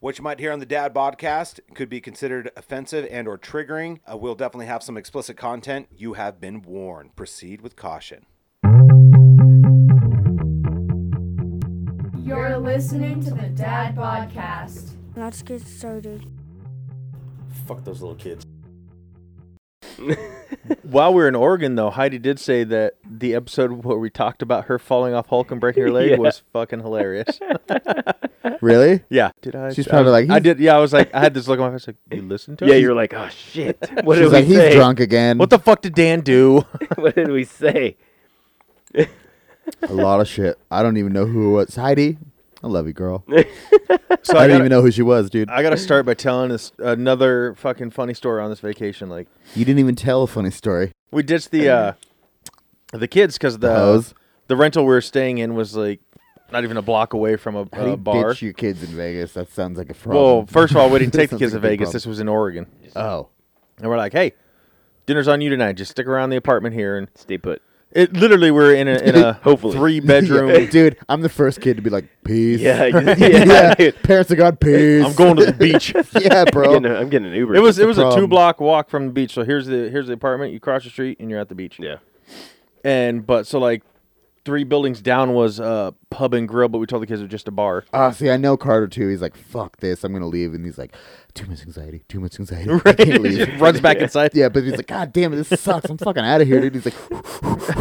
What you might hear on the Dad Podcast could be considered offensive and or triggering. Uh, we'll definitely have some explicit content. You have been warned. Proceed with caution. You're listening to the Dad Podcast. Let's get started. Fuck those little kids. While we were in Oregon, though, Heidi did say that the episode where we talked about her falling off Hulk and breaking her leg Yeah. was fucking hilarious. Really? yeah, did I? She's I probably was- like, I he's- did. Yeah, I was like, I had this look on my face, like, you listened to? Yeah, us? you're like, oh shit. What She's did like, we he's say? drunk again. What the fuck did Dan do? what did we say? a lot of shit. I don't even know who it was. Heidi, I love you, girl. so I I, didn't gotta, even know who she was, dude. I gotta start by telling this another fucking funny story on this vacation. Like, You didn't even tell a funny story. we ditched the uh, the kids because the uh, Hose. the rental we were staying in was like not even a block away from a, How do a you bar. ditch your kids in Vegas? That sounds like a problem. Well, first of all, we didn't take the Sounds kids like to a big Vegas. problem. This was in Oregon, oh, and we're like, hey, dinner's on you tonight. Just stick around the apartment here and. Stay put. It literally we're in a in a Hopefully. three bedroom. Yeah, dude, I'm the first kid to be like, peace. Yeah, yeah, yeah. dude. Parents of God, peace. I'm going to the beach. It yeah, I'm bro. getting, a, I'm getting an Uber. was it was a problem. two block walk from the beach. So here's the here's the apartment. You cross the street and you're at the beach. yeah. And but so like three buildings down was a pub and grill, but we told the kids it was just a bar. Ah, see, I know Carter too. He's like, fuck this. I'm going to leave. And he's like, too much anxiety. Too much anxiety. I can't leave. Just runs back inside. Yeah, but he's like, God damn it, this sucks. I'm fucking out of here, dude. He's like,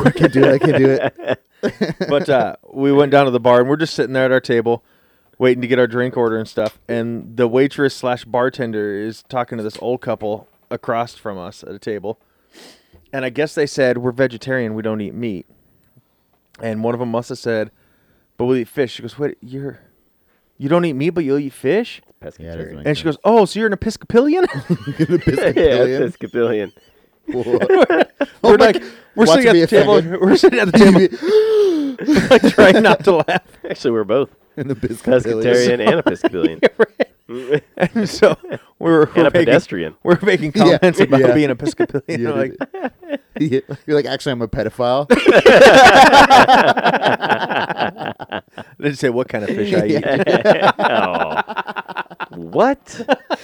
I can't do it. I can't do it. But uh, we went down to the bar and we're just sitting there at our table, waiting to get our drink order and stuff. And the waitress slash bartender is talking to this old couple across from us at a table. And I guess they said we're vegetarian, we don't eat meat. And one of them must have said, "But we'll eat fish." She goes, "Wait, you're." You don't eat meat, but you'll eat fish. Pescatarian. And she goes, "Oh, so you're an Episcopalian?" Oh Yeah, Episcopalian. Episcopalian. we're like, we're Watch sitting at me the a table. second. We're sitting at the table, like trying not to laugh. Actually, we're both and the Episcopalian. pescatarian and Episcopalian. And so we were, we're And a making- pedestrian. We're making comments about Yeah. being Episcopalian. Yeah, We're like, You're like, actually, I'm a pedophile. they didn't say what kind of fish I eat. oh. What?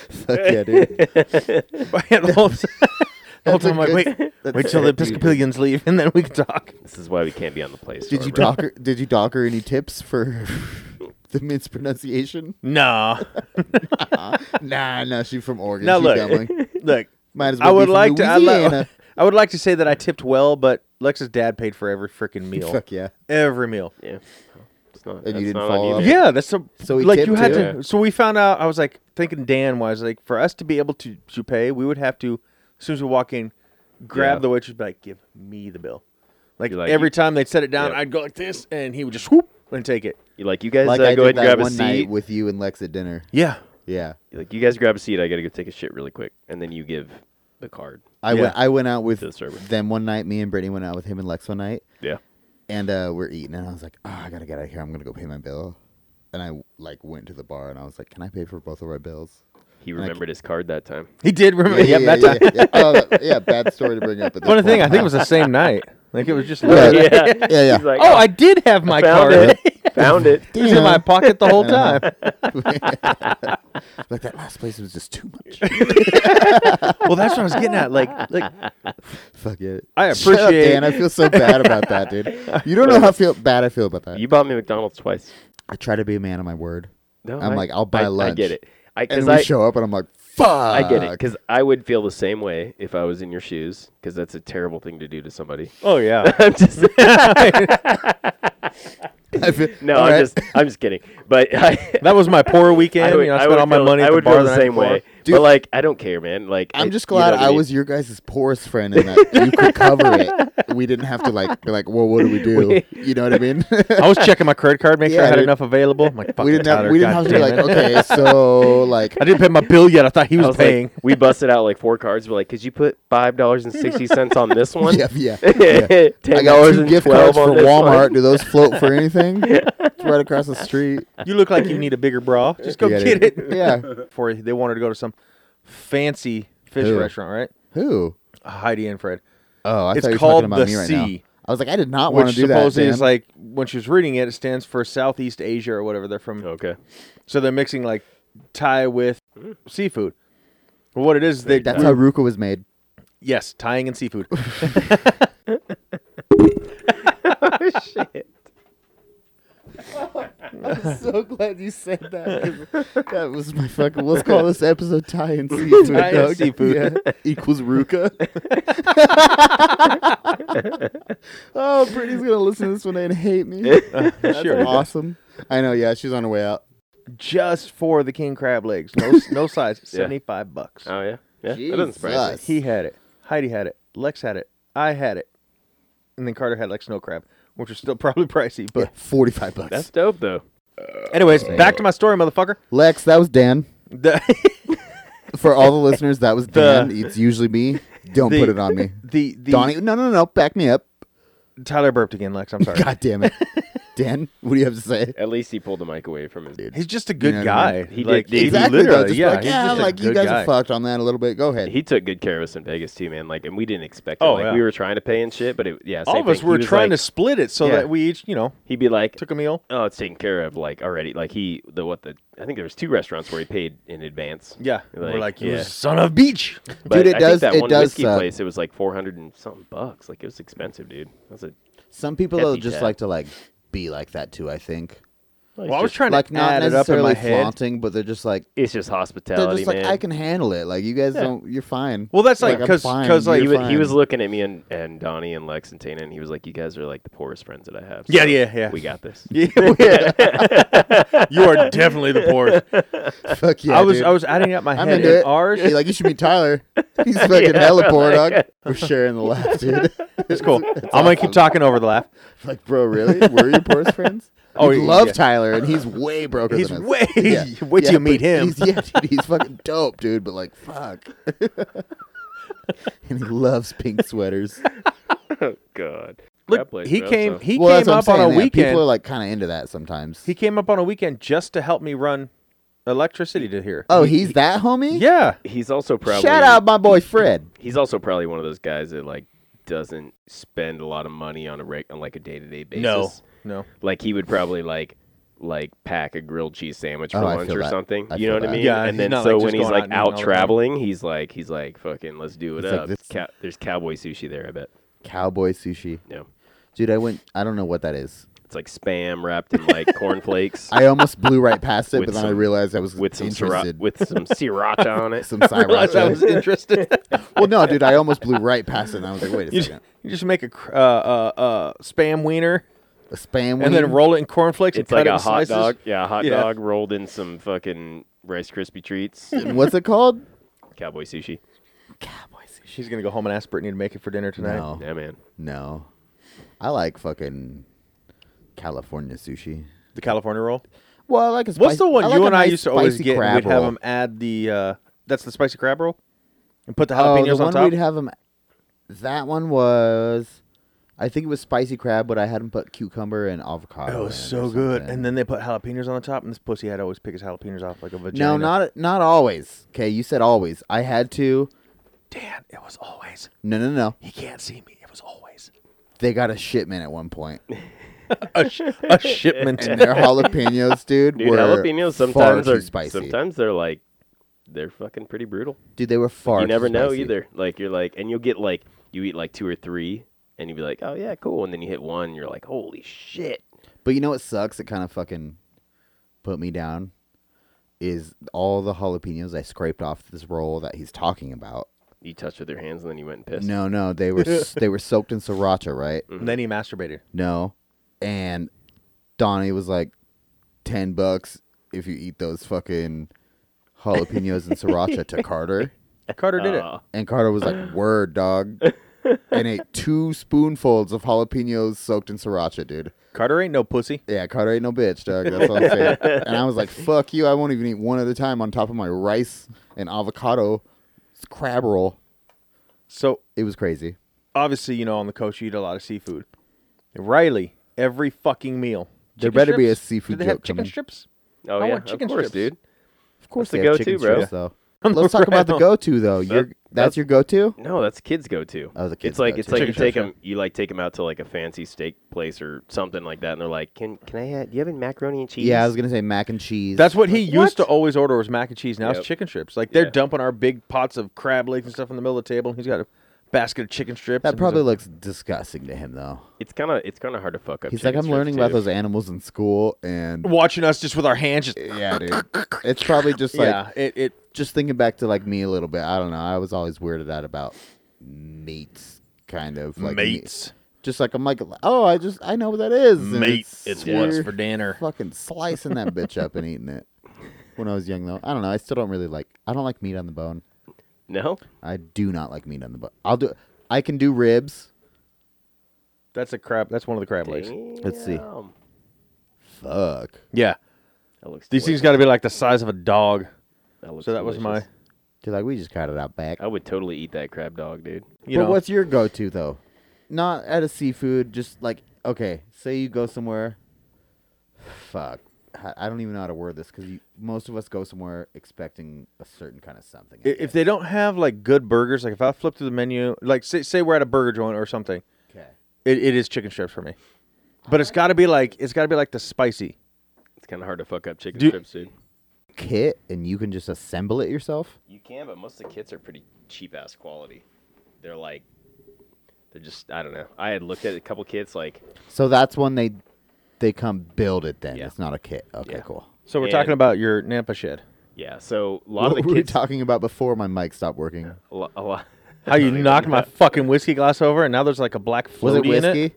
Fuck yeah, dude. But the whole, the whole That's a time I'm like, good- wait, that's wait till the good, dude. Episcopalians leave, and then we can talk. This is why we can't be on the play store, Did you bro. dock her, Did you dock her any tips for the mispronunciation? Nah, Nah, no, she's from Oregon. now She look, dumbling. look. Might as well I be would from like to. I, li- Louisiana. I would like to say that I tipped well, but Lex's dad paid for every freaking meal. Fuck yeah. every meal. Yeah. It's not, you that's didn't not follow up? on you. Yeah, that's so. So we like tipped you had too? to. So we found out. I was like thinking Dan wise, like for us to be able to to pay, we would have to as soon as we walk in, grab Yeah. the waitress, be like, give me the bill. Like, You're like, every you- time they'd set it down, Yeah. I'd go like this, and he would just whoop and take it. You like you guys Like uh, I go did ahead and that grab a one night seat. with you and Lex at dinner. Yeah, Yeah. You're like you guys grab a seat. I gotta go take a shit really quick, and then you give the card. I Yeah. went. I went out with To the server. them one night. Me and Brittany went out with him and Lex one night, Yeah. and uh, we're eating. And I was like, oh, I gotta get out of here. I'm gonna go pay my bill. And I like went to the bar and I was like, Can I pay for both of our bills? He remembered his card that time. he did remember. yep, that time. yeah, yeah. Oh, that- yeah, bad story to bring up. At this Funny thing, I point. think it was the same night. Like it was just. Yeah, literally- yeah. yeah, yeah. He's like, Oh, I did have my found card. it. found it. It was in my pocket the whole time. like that last place was just too much. well, that's what I was getting at. Like, like Fuck it. I Shut up, appreciate- Dan. I feel so bad about that, dude. You don't know how feel bad I feel about that. You bought me McDonald's twice. I try to be a man of my word, No, I'm like, I'll buy I, I lunch. get it. I and because we I show up and I'm like, Fuck. I get it because I would feel the same way if I was in your shoes because that's a terrible thing to do to somebody. oh yeah, I'm just I feel- no, all I'm right. just I'm just kidding. But I, that was my poor weekend. I would, you know, I I spent would all my feel, money. I at would the feel bar the night same before. way. Dude. but like I don't care, man. Like I'm it- just you know glad what I mean? was your guys' porous friend and that you could cover it. We didn't have to like be like, well, what do we do? You know what I mean? I was checking my credit card, make sure Yeah, I had dude. enough available. I'm like, fuck we it, didn't have Tyler, we didn't God have to be damn like, it. okay, so like I didn't pay my bill yet. I thought he I was, was paying. like, we busted out like four cards. We're like, could you put five dollars and sixty cents on this one? yeah, yeah. yeah. I Ten got dollars two and gift twelve cards for on this one. Walmart. Do those float for anything? It's right across the street. you look like you need a bigger bra. Just go Yeah, get dude. it. Yeah. Before they wanted to go to some fancy fish Who? restaurant, right? Who? Heidi and Fred, Oh, I It's thought you were called talking about The me right now. Sea, I was like, I did not want which to do that. supposedly is Dan. like when she was reading it, it stands for Southeast Asia or whatever. They're from, Okay. so they're mixing like tie with seafood. Well, what it is, they That's how Ruka was made. yes, tying in seafood. Shit. I'm so glad you said that. 'cause That was my fucking. Let's call this episode "Tie and Seafood." Thai and dog. seafood. Yeah. equals Ruka. oh, Brittany's gonna listen to this one and hate me. That's sure. awesome. I know. Yeah, she's on her way out. Just for the king crab legs, no, no size, seventy five bucks. Oh yeah, yeah. That doesn't surprise me. Jesus. He had it. Heidi had it. Lex had it. I had it. And then Carter had like snow crab, which is still probably pricey. But Yeah, Forty-five bucks. That's dope though. anyways, back to my story, motherfucker. Lex, that was Dan. The For all the listeners, that was The- Dan. It's usually me. Don't the- put it on me, the, the Donnie. No, no, no. Back me up. Tyler burped again, Lex. I'm sorry. God damn it, Dan. What do you have to say? At least he pulled the mic away from his. He's just a good know what I guy. mean? He like, did- he Exactly. though, literally, just yeah, like, he's yeah, just a like you good guys guy. are fucked on that a little bit. Go ahead. He took good care of us in Vegas too, man. Like, and we didn't expect it. Oh, like yeah. we were trying to pay and shit, but it, yeah, same All of us thing. were He was trying like- to split it so Yeah. that we each, you know, He'd be like, took a meal. "Oh, it's taken care of." Like already, like he the what the I think there was two restaurants where he paid in advance. Yeah, Like, we're like, you yeah. son of a beach. But Dude, it I does- Think that it one does whiskey suck. place, it was like four hundred and something bucks. Like it was expensive, dude. That's a. Some people Hefty though just tab. like to like be like that too. I think Well, Well, it's I was just- trying like to not add it up in necessarily my head. flaunting, but they're just like It's just hospitality, they're just like man. I can handle it. Like you guys don't, you're fine. Well, that's like I'm because fine, because like he, you're was, he fine. was looking at me and, and Donnie and Lex and Tana, and he was like, "You guys are like the poorest friends that I have." Yeah, so yeah, yeah. We got this. Yeah, yeah. you are definitely the poorest. fuck yeah. I was dude. I was adding up my I'm head. into and it. Ours, You're like you should be Tyler. He's fucking hella poor dog. We're sharing the laugh, dude. it's cool. I'm gonna keep talking over the laugh. like, bro, really? Were your poorest friends? Oh, Oh, yeah, love yeah. Tyler, and he's way broker He's than us. way- wait till you meet but him. He's, yeah, dude, he's fucking dope, dude. But like, fuck. and he loves pink sweaters. Oh God. Crab Look, legs, he bro, came so- he well, came that's up what I'm on a saying, yeah, weekend. People are like kind of into that sometimes. he came up on a weekend just to help me run electricity to here. oh, he's that homie. yeah. He's also probably Shout out my boy Fred. He's also probably one of those guys that like doesn't spend a lot of money on a reg- on like a day to day basis. No, no. Like he would probably like like pack a grilled cheese sandwich for Oh, I lunch feel or that. something. I you know feel what I that. mean? Yeah, and he's then not, like, so just when he's going like out and eating all out the time. traveling, he's like he's like fucking let's do it It's like up. this- Cow- there's cowboy sushi there, I bet. Cowboy sushi, Yeah. dude. I went. I don't know what that is. It's like spam wrapped in like cornflakes I almost blew right past it, With but then I some- realized I was with some sriracha, interested. with some sriracha on it. some Realized I sriracha. was interested. well, no, dude, I almost blew right past it, and I was like, wait a you, just, second, you just make a cr- uh, uh, uh, spam wiener a spam and then wing? roll it in cornflakes It's and like cut it a in hot slices. dog. Yeah, a hot Yeah. dog rolled in some fucking Rice Krispie treats. What's it called? cowboy sushi. She's gonna go home and ask Brittany to make it for dinner tonight. No, Yeah, man. no. I like fucking California sushi. The California roll. Well, I like a What's spicy- the one I you like a and I nice used to always spicy get? and Crab We'd have roll. them add the. Uh, that's the spicy crab roll, and put the Oh, jalapenos the on one top. we'd have them. That one was, I think it was spicy crab, but I had them put cucumber and avocado. Oh, it in was or so good. something. And then they put jalapenos on the top, and this pussy had to always pick his jalapenos off like a vagina. no, not not always. Okay, you said always. I had to. Dan. It was always. No, no, no. He can't see me. It was always They got a shipment at one point. a, sh- a shipment. And their jalapenos, dude, Dude, were jalapenos far sometimes too are spicy. sometimes they're like they're fucking pretty brutal. Dude, they were far. you never too know spicy. either. Like you're like, and you'll get like you eat like two or three, and you'll be like, oh yeah, cool, and then you hit one, and you're like, holy shit. But you know what sucks? It kind of fucking put me down. Is all the jalapenos I scraped off this roll that he's talking about? You touched with your hands, and then you went and pissed. No, no, they were s- they were soaked in sriracha, right? and then he masturbated. No, and Donnie was like, ten bucks if you eat those fucking jalapenos and sriracha to Carter. Carter did Uh, And Carter was like, "Word, dog," and ate two spoonfuls of jalapenos soaked in sriracha, dude. it. Carter ain't no pussy. Yeah, Carter ain't no bitch, dog. That's what I'm saying. and I was like, "Fuck you! I won't even eat one at a time on top of my rice and avocado crab roll." So It was crazy. obviously, you know, on the coast, you eat a lot of seafood. Riley, every fucking meal. There Chicken better be a strips? seafood Do they have joke chicken coming. strips? oh I yeah, want chicken of course, strips. dude. Of course, That's the they have go-to, chicken bro. strips, though. on Let's the talk about the rail. go-to though. Your that's that's- your go-to. No, that's kids go to. Oh, the kids it's like go-to. it's like you Chicken take shop, them, you like take them out to like a fancy steak place or something like that, and they're like, "Can can I? Have, do you have any macaroni and cheese?" Yeah, I was gonna say mac and cheese. That's what he used to always order was mac and cheese. Now Yep. it's chicken strips. Like they're Yeah. dumping our big pots of crab legs and stuff in the middle of the table. and He's got a basket of chicken strips. that and he's probably like, looks disgusting to him though. It's kind of it's kind of hard to fuck up. He's like, chicken I'm strips, learning about too." those animals in school, and watching us just with our hands. Just, yeah, dude, it's probably just like yeah, it, it just thinking back to like me a little bit. I don't know. I was always weirded out about meats, kind of like me- mates. Just like I'm like, oh, I just I know what that is. and Mate, it's, what's you're for dinner. fucking slicing that bitch up and eating it. When I was young though, I don't know. I still don't really like. I don't like meat on the bone. No, I do not like meat on the bone. I'll do. I can do ribs. That's a crab. That's one of the crab legs. Let's see. Damn. Fuck. Yeah, That looks. these things delicious. got to be like the size of a dog. looks So that was my. delicious. Dude, like we just got it out back. I would totally eat that crab dog, dude. You but know, what's your go-to though? Not at a seafood, just like okay, say you go somewhere. Fuck, I I don't even know how to word this because most of us go somewhere expecting a certain kind of something. I i- if guess. they don't have like good burgers, like if I flip through the menu, like say, say we're at a burger joint or something, okay, it, it is chicken strips for me. But it's got to be like it's got to be like the spicy. It's kind of hard to fuck up chicken Do- strips, dude. kit, and you can just assemble it yourself. You can, but most of the kits are pretty cheap ass quality. They're like, they're just I don't know. I had looked at a couple kits like So that's when they they come build it. Then Yeah. it's not a kit. Okay, Yeah. cool. So we're And- talking about your Nampa shed. yeah. So a lot What of were the we kits, talking about before my mic stopped working? a lo- a lot, How you knocked my fucking whiskey glass over, and now there's like a black floaty Was it in whiskey? it.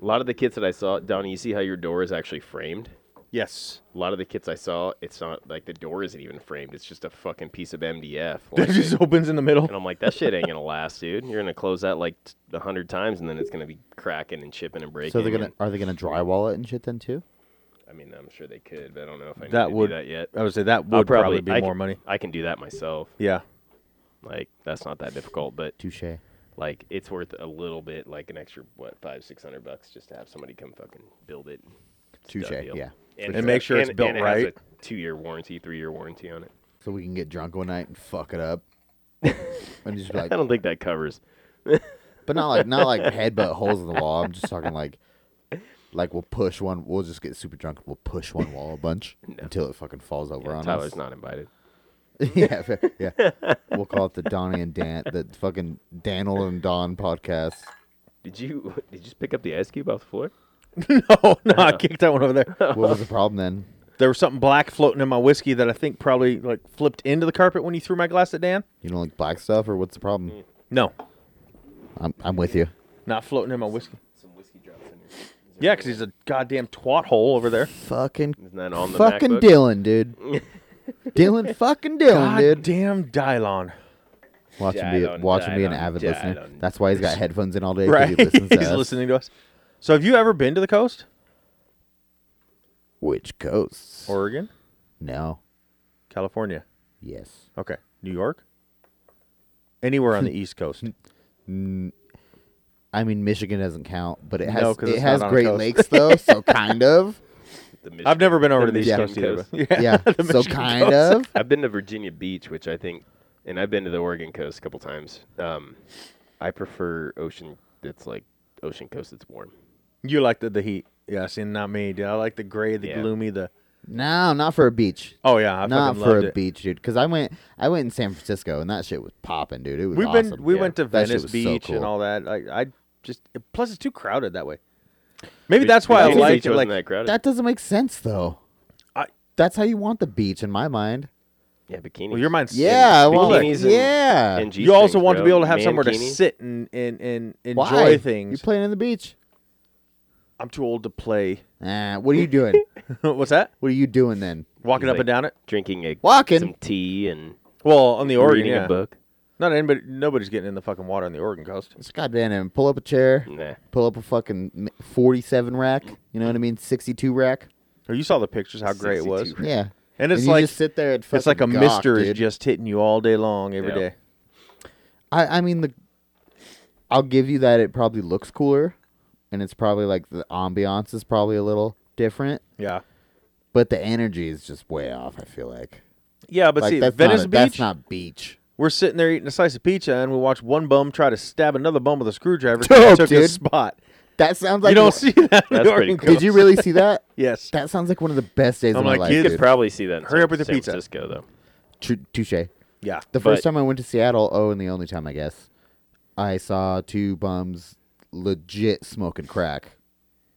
a lot of the kits that I saw, Donnie. You see how your door is actually framed? Yes. A lot of the kits I saw, it's not like the door isn't even framed. It's just a fucking piece of MDF. It like- just opens in the middle. And I'm like, that shit ain't gonna last, dude. You're gonna close that like t- a hundred times, and then it's gonna be cracking and chipping and breaking. So they're gonna and- are they gonna drywall it and shit then too? I mean, I'm sure they could, but I don't know if I need That to would do that yet. I would say that would I'll probably, be I more can, money. I can do that myself. Yeah. Like that's not that difficult, but Touche. like it's worth a little bit, like an extra what five six hundred bucks just to have somebody come fucking build it. It's a done Touche. deal. Yeah. And make sure it's built and it right. Two year warranty, three year warranty on it. So we can get drunk one night and fuck it up. and just be like, I don't think that covers. But not like not like headbutt holes in the wall. I'm just talking like like we'll push one. We'll just get super drunk. We'll push one wall a bunch until it fucking falls over on Tyler's us. not invited. yeah, fair- yeah. We'll call it the Donnie and Dan, the fucking Daniel and Don podcast. Did you did you just pick up the ice cube off the floor? no, no, I kicked that one over there. What was the problem then? There was something black floating in my whiskey that I think probably like flipped into the carpet when you threw my glass at Dan. You don't like black stuff, or what's the problem? No, I'm I'm with you. not floating in my whiskey. Some whiskey drops in here. Yeah, because he's a goddamn twat hole over there. Fucking Isn't that on the fucking MacBook? Dylan, dude. Dylan fucking Dylan, dude. Goddamn Dylon. Watch him Died be on- watch him be an died on- avid died listener. on. That's why he's got headphones in all day. 'cause Right, He listens to he's us. listening to us. So, have you ever been to the coast, Which coasts? Oregon, no? California? Yes. Okay, New York, anywhere on the East Coast? I mean, Michigan doesn't count, but it has 'cause it it's has not on a Great coast. Lakes though, so kind of. The I've never been over to the East Michigan Coast either. but- Yeah, the so Michigan kind coast. of. I've been to Virginia Beach, which I think, and I've been to the Oregon coast a couple times. Um, I prefer ocean. That's like ocean coast. That's warm. You like the, the heat. Yeah, see, not me, dude. I like the gray, the Yeah. gloomy, the. No, not for a beach. Oh yeah, I not fucking for loved a it. beach, dude. Because I went, I went in San Francisco, and that shit was popping, dude. It was We've awesome. been we Yeah. went to That shit Venice was so Beach cool. and all that. Like I just plus it's too crowded that way. Maybe that's why I Virginia like Beach it. wasn't Like that crowded. That doesn't make sense though. I- That's how you want the beach in my mind. yeah, bikinis. well, your mind's Yeah, I want- bikinis and- yeah. and You also G-strings, want to bro. be able to have Man somewhere to bikinis. sit and and, and enjoy Why? things. You playing in the beach? I'm too old to play. Eh, what are you doing? What's that? what are you doing then? Walking He's up like- and down it. drinking a Walking. some tea and Well, on the Oregon, reading yeah. a book. Not anybody. Nobody's getting in the fucking water on the Oregon coast. It's goddamn him. Pull up a chair. Nah. Pull up a fucking m- forty-seven rack. You know what I mean? Sixty-two rack. Oh, you saw the pictures. How great it was. 62. Yeah. And it's you like- just sit there and It's like a fucking gawk, mister is dude. just hitting you all day long, every Yeah. day. I I mean the. I'll give you that. It probably looks cooler, and it's probably like the ambiance is probably a little different, Yeah. but the energy is just way off. I feel like Yeah, but like, see, that's Venice not a- Beach, That's not beach. we're sitting there eating a slice of pizza, and we watch one bum try to stab another bum with a screwdriver. 'cause Dope, he took dude. his spot. That sounds like you don't see that. in the That's pretty Oregon cool. Coast. Did you really see that? Yes. That sounds like one of the best days I'm of my like, life. you You could dude. could probably see that. In Hurry San, up with your San pizza. Francisco, though. Tru- Touche. Yeah. The But- first time I went to Seattle, oh, and the only time I guess, I saw two bums legit smoking crack,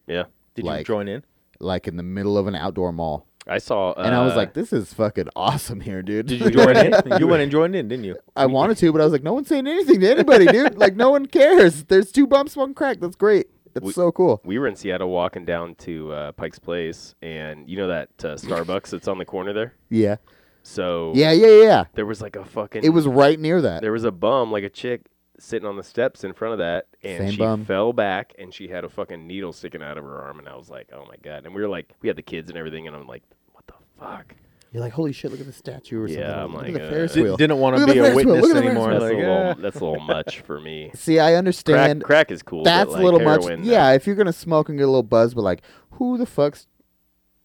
Yeah, Did you like- join in? like in the middle of an outdoor mall, I saw. Uh, and I was like, "This is fucking awesome here, dude." Did you join in? you went and joined in, didn't you? I wanted to, but I was like, "No one's saying anything to anybody, dude. Like, no one cares. There's two bums smoking crack. That's great. That's We- so cool." we were in Seattle walking down to uh, Pike's Place, and you know that uh, Starbucks that's on the corner there. Yeah, So yeah, yeah, yeah. there was like a fucking. It was right near that. there was a bum, like a chick, sitting on the steps in front of that, and Same she bum. fell back, and she had a fucking needle sticking out of her arm, and I was like, oh my god. And we were like, we had the kids and everything, and I'm like, what the fuck? You're like, "Holy shit! Look at the statue or Yeah, something. I'm look like, at the uh, Ferris Did, wheel." didn't want Look to at be the a Ferris wheel. witness Look at the anymore. Ferris That's Like, a little, ah. that's a little much for me. See, I Crack, understand. crack is cool. but, That's like, a little much. heroin, uh, Yeah, if you're gonna smoke and get a little buzz, but like, who the fuck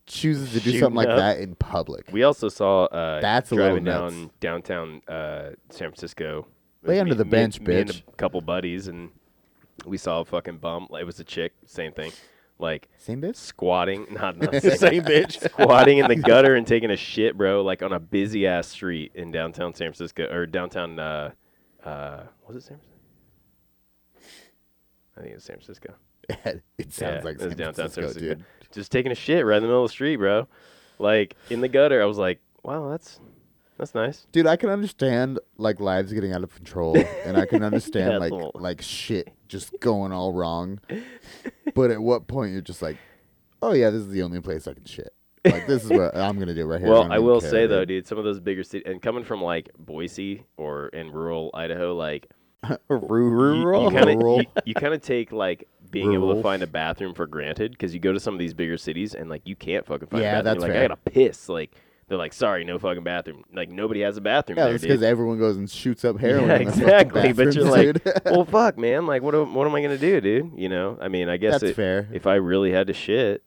chooses to do Shooting something like up. that in public? We also saw uh, That's a little driving nuts. down downtown uh, San Francisco. Lay Me- under the me- bench, me and a bitch. couple buddies, and we saw a fucking bum. It was a chick, same thing. Like Same bitch. squatting, not not same, bitch, squatting in the gutter and taking a shit, bro. Like on a busy ass street in downtown San Francisco or downtown. Uh, uh, was it San Francisco? I think it was San Francisco. it sounds Yeah, like it was San Francisco, dude. San Francisco. Just taking a shit right in the middle of the street, bro. Like in the gutter. I was like, wow, that's that's nice. Dude, I can understand like lives getting out of control, and I can understand Yeah, like little- like shit just going all wrong. But at what point you're just like, oh yeah, this is the only place I can shit. Like this is what I'm gonna do right here. Well, don't I even will care, say though, dude. dude, some of those bigger cities, and coming from like Boise or in rural Idaho, like Rural. you kind of Oh, Rural. you, you kind of take like being able Rural. to find a bathroom for granted because you go to some of these bigger cities and like you can't fucking find. Yeah, a bathroom. that's You're fair. like I gotta piss. Like they're like, sorry, no fucking bathroom. Like nobody has a bathroom. Yeah, there, that's dude. because everyone goes and shoots up heroin. Yeah, in the fucking exactly. But you're bathrooms, like, dude. well, fuck, man. Like, what am, what am I gonna do, dude? You know? I mean, I guess That's it- fair. if I really had to shit,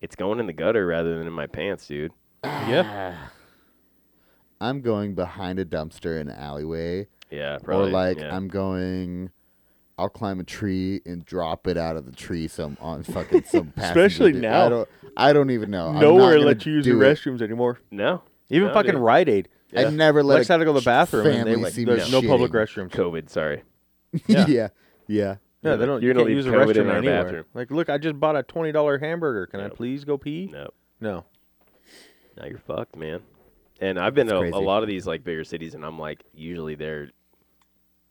it's going in the gutter rather than in my pants, dude. Yeah. I'm going behind a dumpster in an alleyway, Yeah, probably. or like yeah. I'm going. I'll climb a tree and drop it out of the tree. Some on fucking some. passenger, Especially dude. now. I don't. I don't even know. I'm not Nowhere gonna let you use the do it. restrooms anymore. no, Even No, fucking dude. Rite Aid. Yeah. I never let. Lex a had to go to the bathroom, and they family like see there's me no public shitting. restrooms. COVID. Sorry. yeah. Yeah. yeah, Yeah, they don't. You're you gonna can't leave use a COVID in restroom our anywhere. bathroom. Like, look, I just bought a twenty dollar hamburger. Can I Yep. please go pee? No, No. now you're fucked, man. And I've been to That's a, a crazy. lot of these like bigger cities, and I'm like, usually they're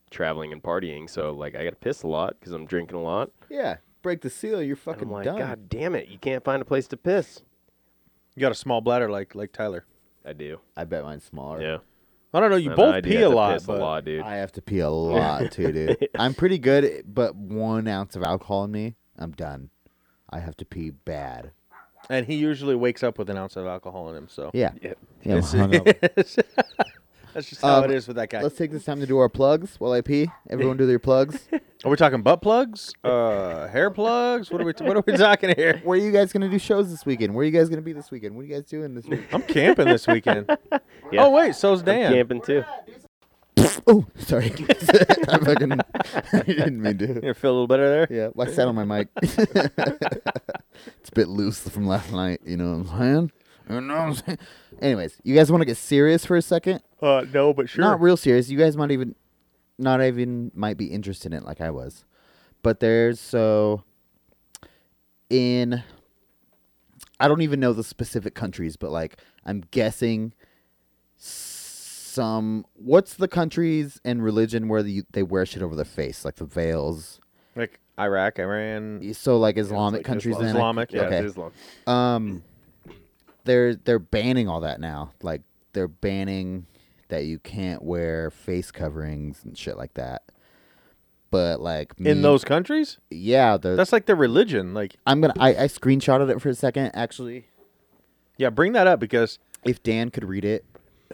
traveling and partying, so like I gotta piss a lot because I'm drinking a lot. Yeah. Break the seal. You're And fucking I'm like, done. God damn it, you can't find a place to piss. You got a small bladder, like like Tyler. I do. I bet mine's smaller. Yeah. I don't know. You And both I do pee have a to lot, piss but a lot, dude. I have to pee a lot too, dude. I'm pretty good, but one ounce of alcohol in me, I'm done. I have to pee bad. and he usually wakes up with an ounce of alcohol in him. So Yeah. Yeah. Yeah, I'm It's- hungover. that's just how Um, it is with that guy. Let's take this time to do our plugs while I pee. Everyone do their plugs. Are we talking butt plugs? Uh, hair plugs? What are we? What are we talking here? Where are you guys gonna do shows this weekend? Where are you guys gonna be this weekend? What are you guys doing this week? I'm camping this weekend. Yeah. Oh wait, so's Dan. Camping too. oh, sorry. I fucking I didn't mean to. You feel a little better there. Yeah, well, I sat on my mic. it's a bit loose from last night. You know what I'm saying? You know what I'm saying? Anyways, you guys want to get serious for a second? Uh, no, but sure. Not real serious. You guys might even, not even might be interested in it like I was. But there's so in. I don't even know the specific countries, but like I'm guessing some. What's the countries and religion where the, they wear shit over their face, like the veils? like Iraq, Iran. So like Islamic like countries, Islam- and Islamic, yeah, Yeah, okay. it's Islam. Um, they're they're banning all that now. Like they're banning that you can't wear face coverings and shit like that. But like me- In those countries, yeah, the, that's like their religion. Like, I'm gonna I, I screenshotted it for a second actually. yeah, bring that up because If Dan could read it,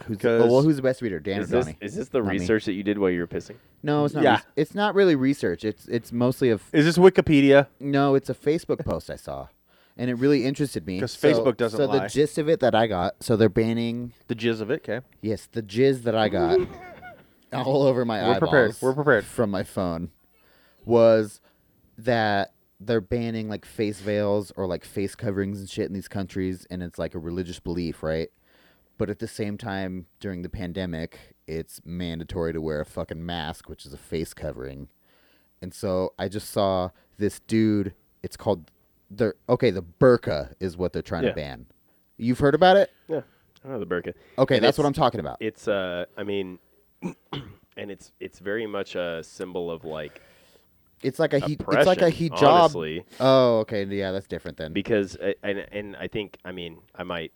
who's the, 'Cause- well who's the best reader, Dan Is or this, Donnie? is this the Not me. research that you did while you were pissing? No, it's not. Yeah. res- it's not really research. It's it's mostly a f- is this Wikipedia? no. It's a Facebook post I saw, and it really interested me. 'Cause So- Facebook doesn't So lie. the gist of it that I got, so they're banning The jizz of it, okay? Yes, the jizz that I got all over my We're eyeballs. prepared. We're prepared. From my phone was that they're banning like face veils or like face coverings and shit in these countries, and it's like a religious belief, right? But at the same time, during the pandemic, it's mandatory to wear a fucking mask, which is a face covering. And so I just saw this dude. It's called the okay. The burqa is what they're trying Yeah. to ban. You've heard about it? Yeah. I know the burqa. Okay, And that's what it's- I'm talking about. It's uh, I mean, and it's it's very much a symbol of like It's like a he, it's like a oppression, hijab. honestly. Oh, okay, yeah, that's different then. because I- and and I think I mean I might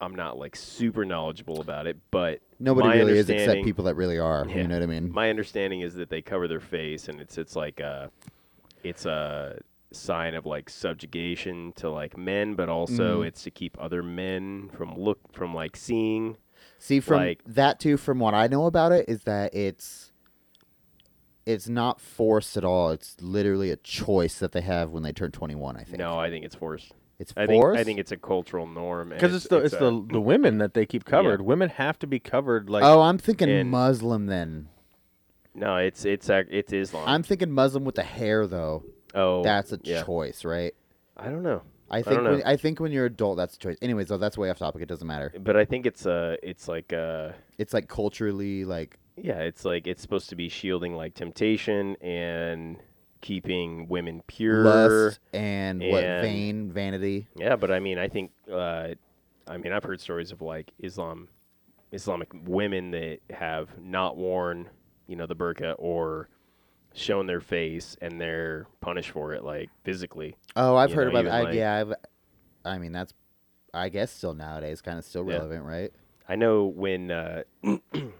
I'm not like super knowledgeable about it, but Nobody my really is except understanding- people that really are. Yeah. You know what I mean? My understanding is that they cover their face, and it's it's like a it's a sign of like subjugation to like men, but Mm-hmm. also it's to keep other men from look from like seeing. See, from like- that too, from what I know about it, is that it's it's not forced at all. It's literally a choice that they have when they turn twenty one. I think. No, I think it's forced. it's I forced. think I think it's a cultural norm and Because it's, the it's, a- the the women that they keep covered. Women have to be covered like oh, I'm thinking in- Muslim then. no, it's it's ac- it's Islam. I'm thinking Muslim with the hair though. oh, That's a yeah. choice, right? I don't know. I don't think know. when, I think when you're adult, that's a choice. Anyways, though, that's way off topic. It doesn't matter. but I think it's uh it's like uh It's like culturally, like yeah, it's like it's supposed to be shielding like temptation and keeping women pure. lust and, what and- vain vanity. Yeah, but I mean, I think, uh, I mean, I've heard stories of like Islam, Islamic women that have not worn, you know, the burqa or shown their face, and they're punished for it, like physically. Oh, I've You heard know, about you that. like- yeah, I've, I mean that's, I guess still nowadays kind of still Yeah. relevant, right? I know when uh,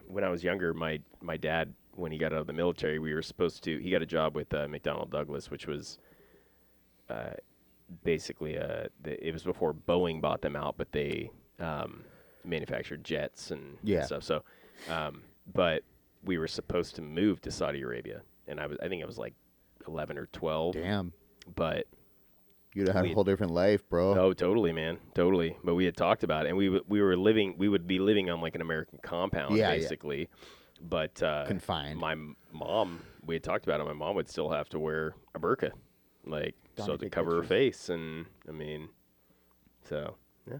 when I was younger, my my dad, when he got out of the military, we were supposed to. He got a job with uh, McDonnell Douglas, which was uh, basically uh, the, it was before Boeing bought them out, but they um, manufactured jets and Yeah. stuff. So, um, but we were supposed to move to Saudi Arabia, and I was I think I was like eleven or twelve, Damn, but you'd have had We- a whole different life, bro. Oh, totally, man, totally. But we had talked about it, and we w- we were living, we would be living on like an American compound, Yeah, yeah. basically. But uh, Confined. My m- mom, we had talked about it. My mom would still have to wear a burqa, like Donnie, so to take cover her face, and I mean, so yeah,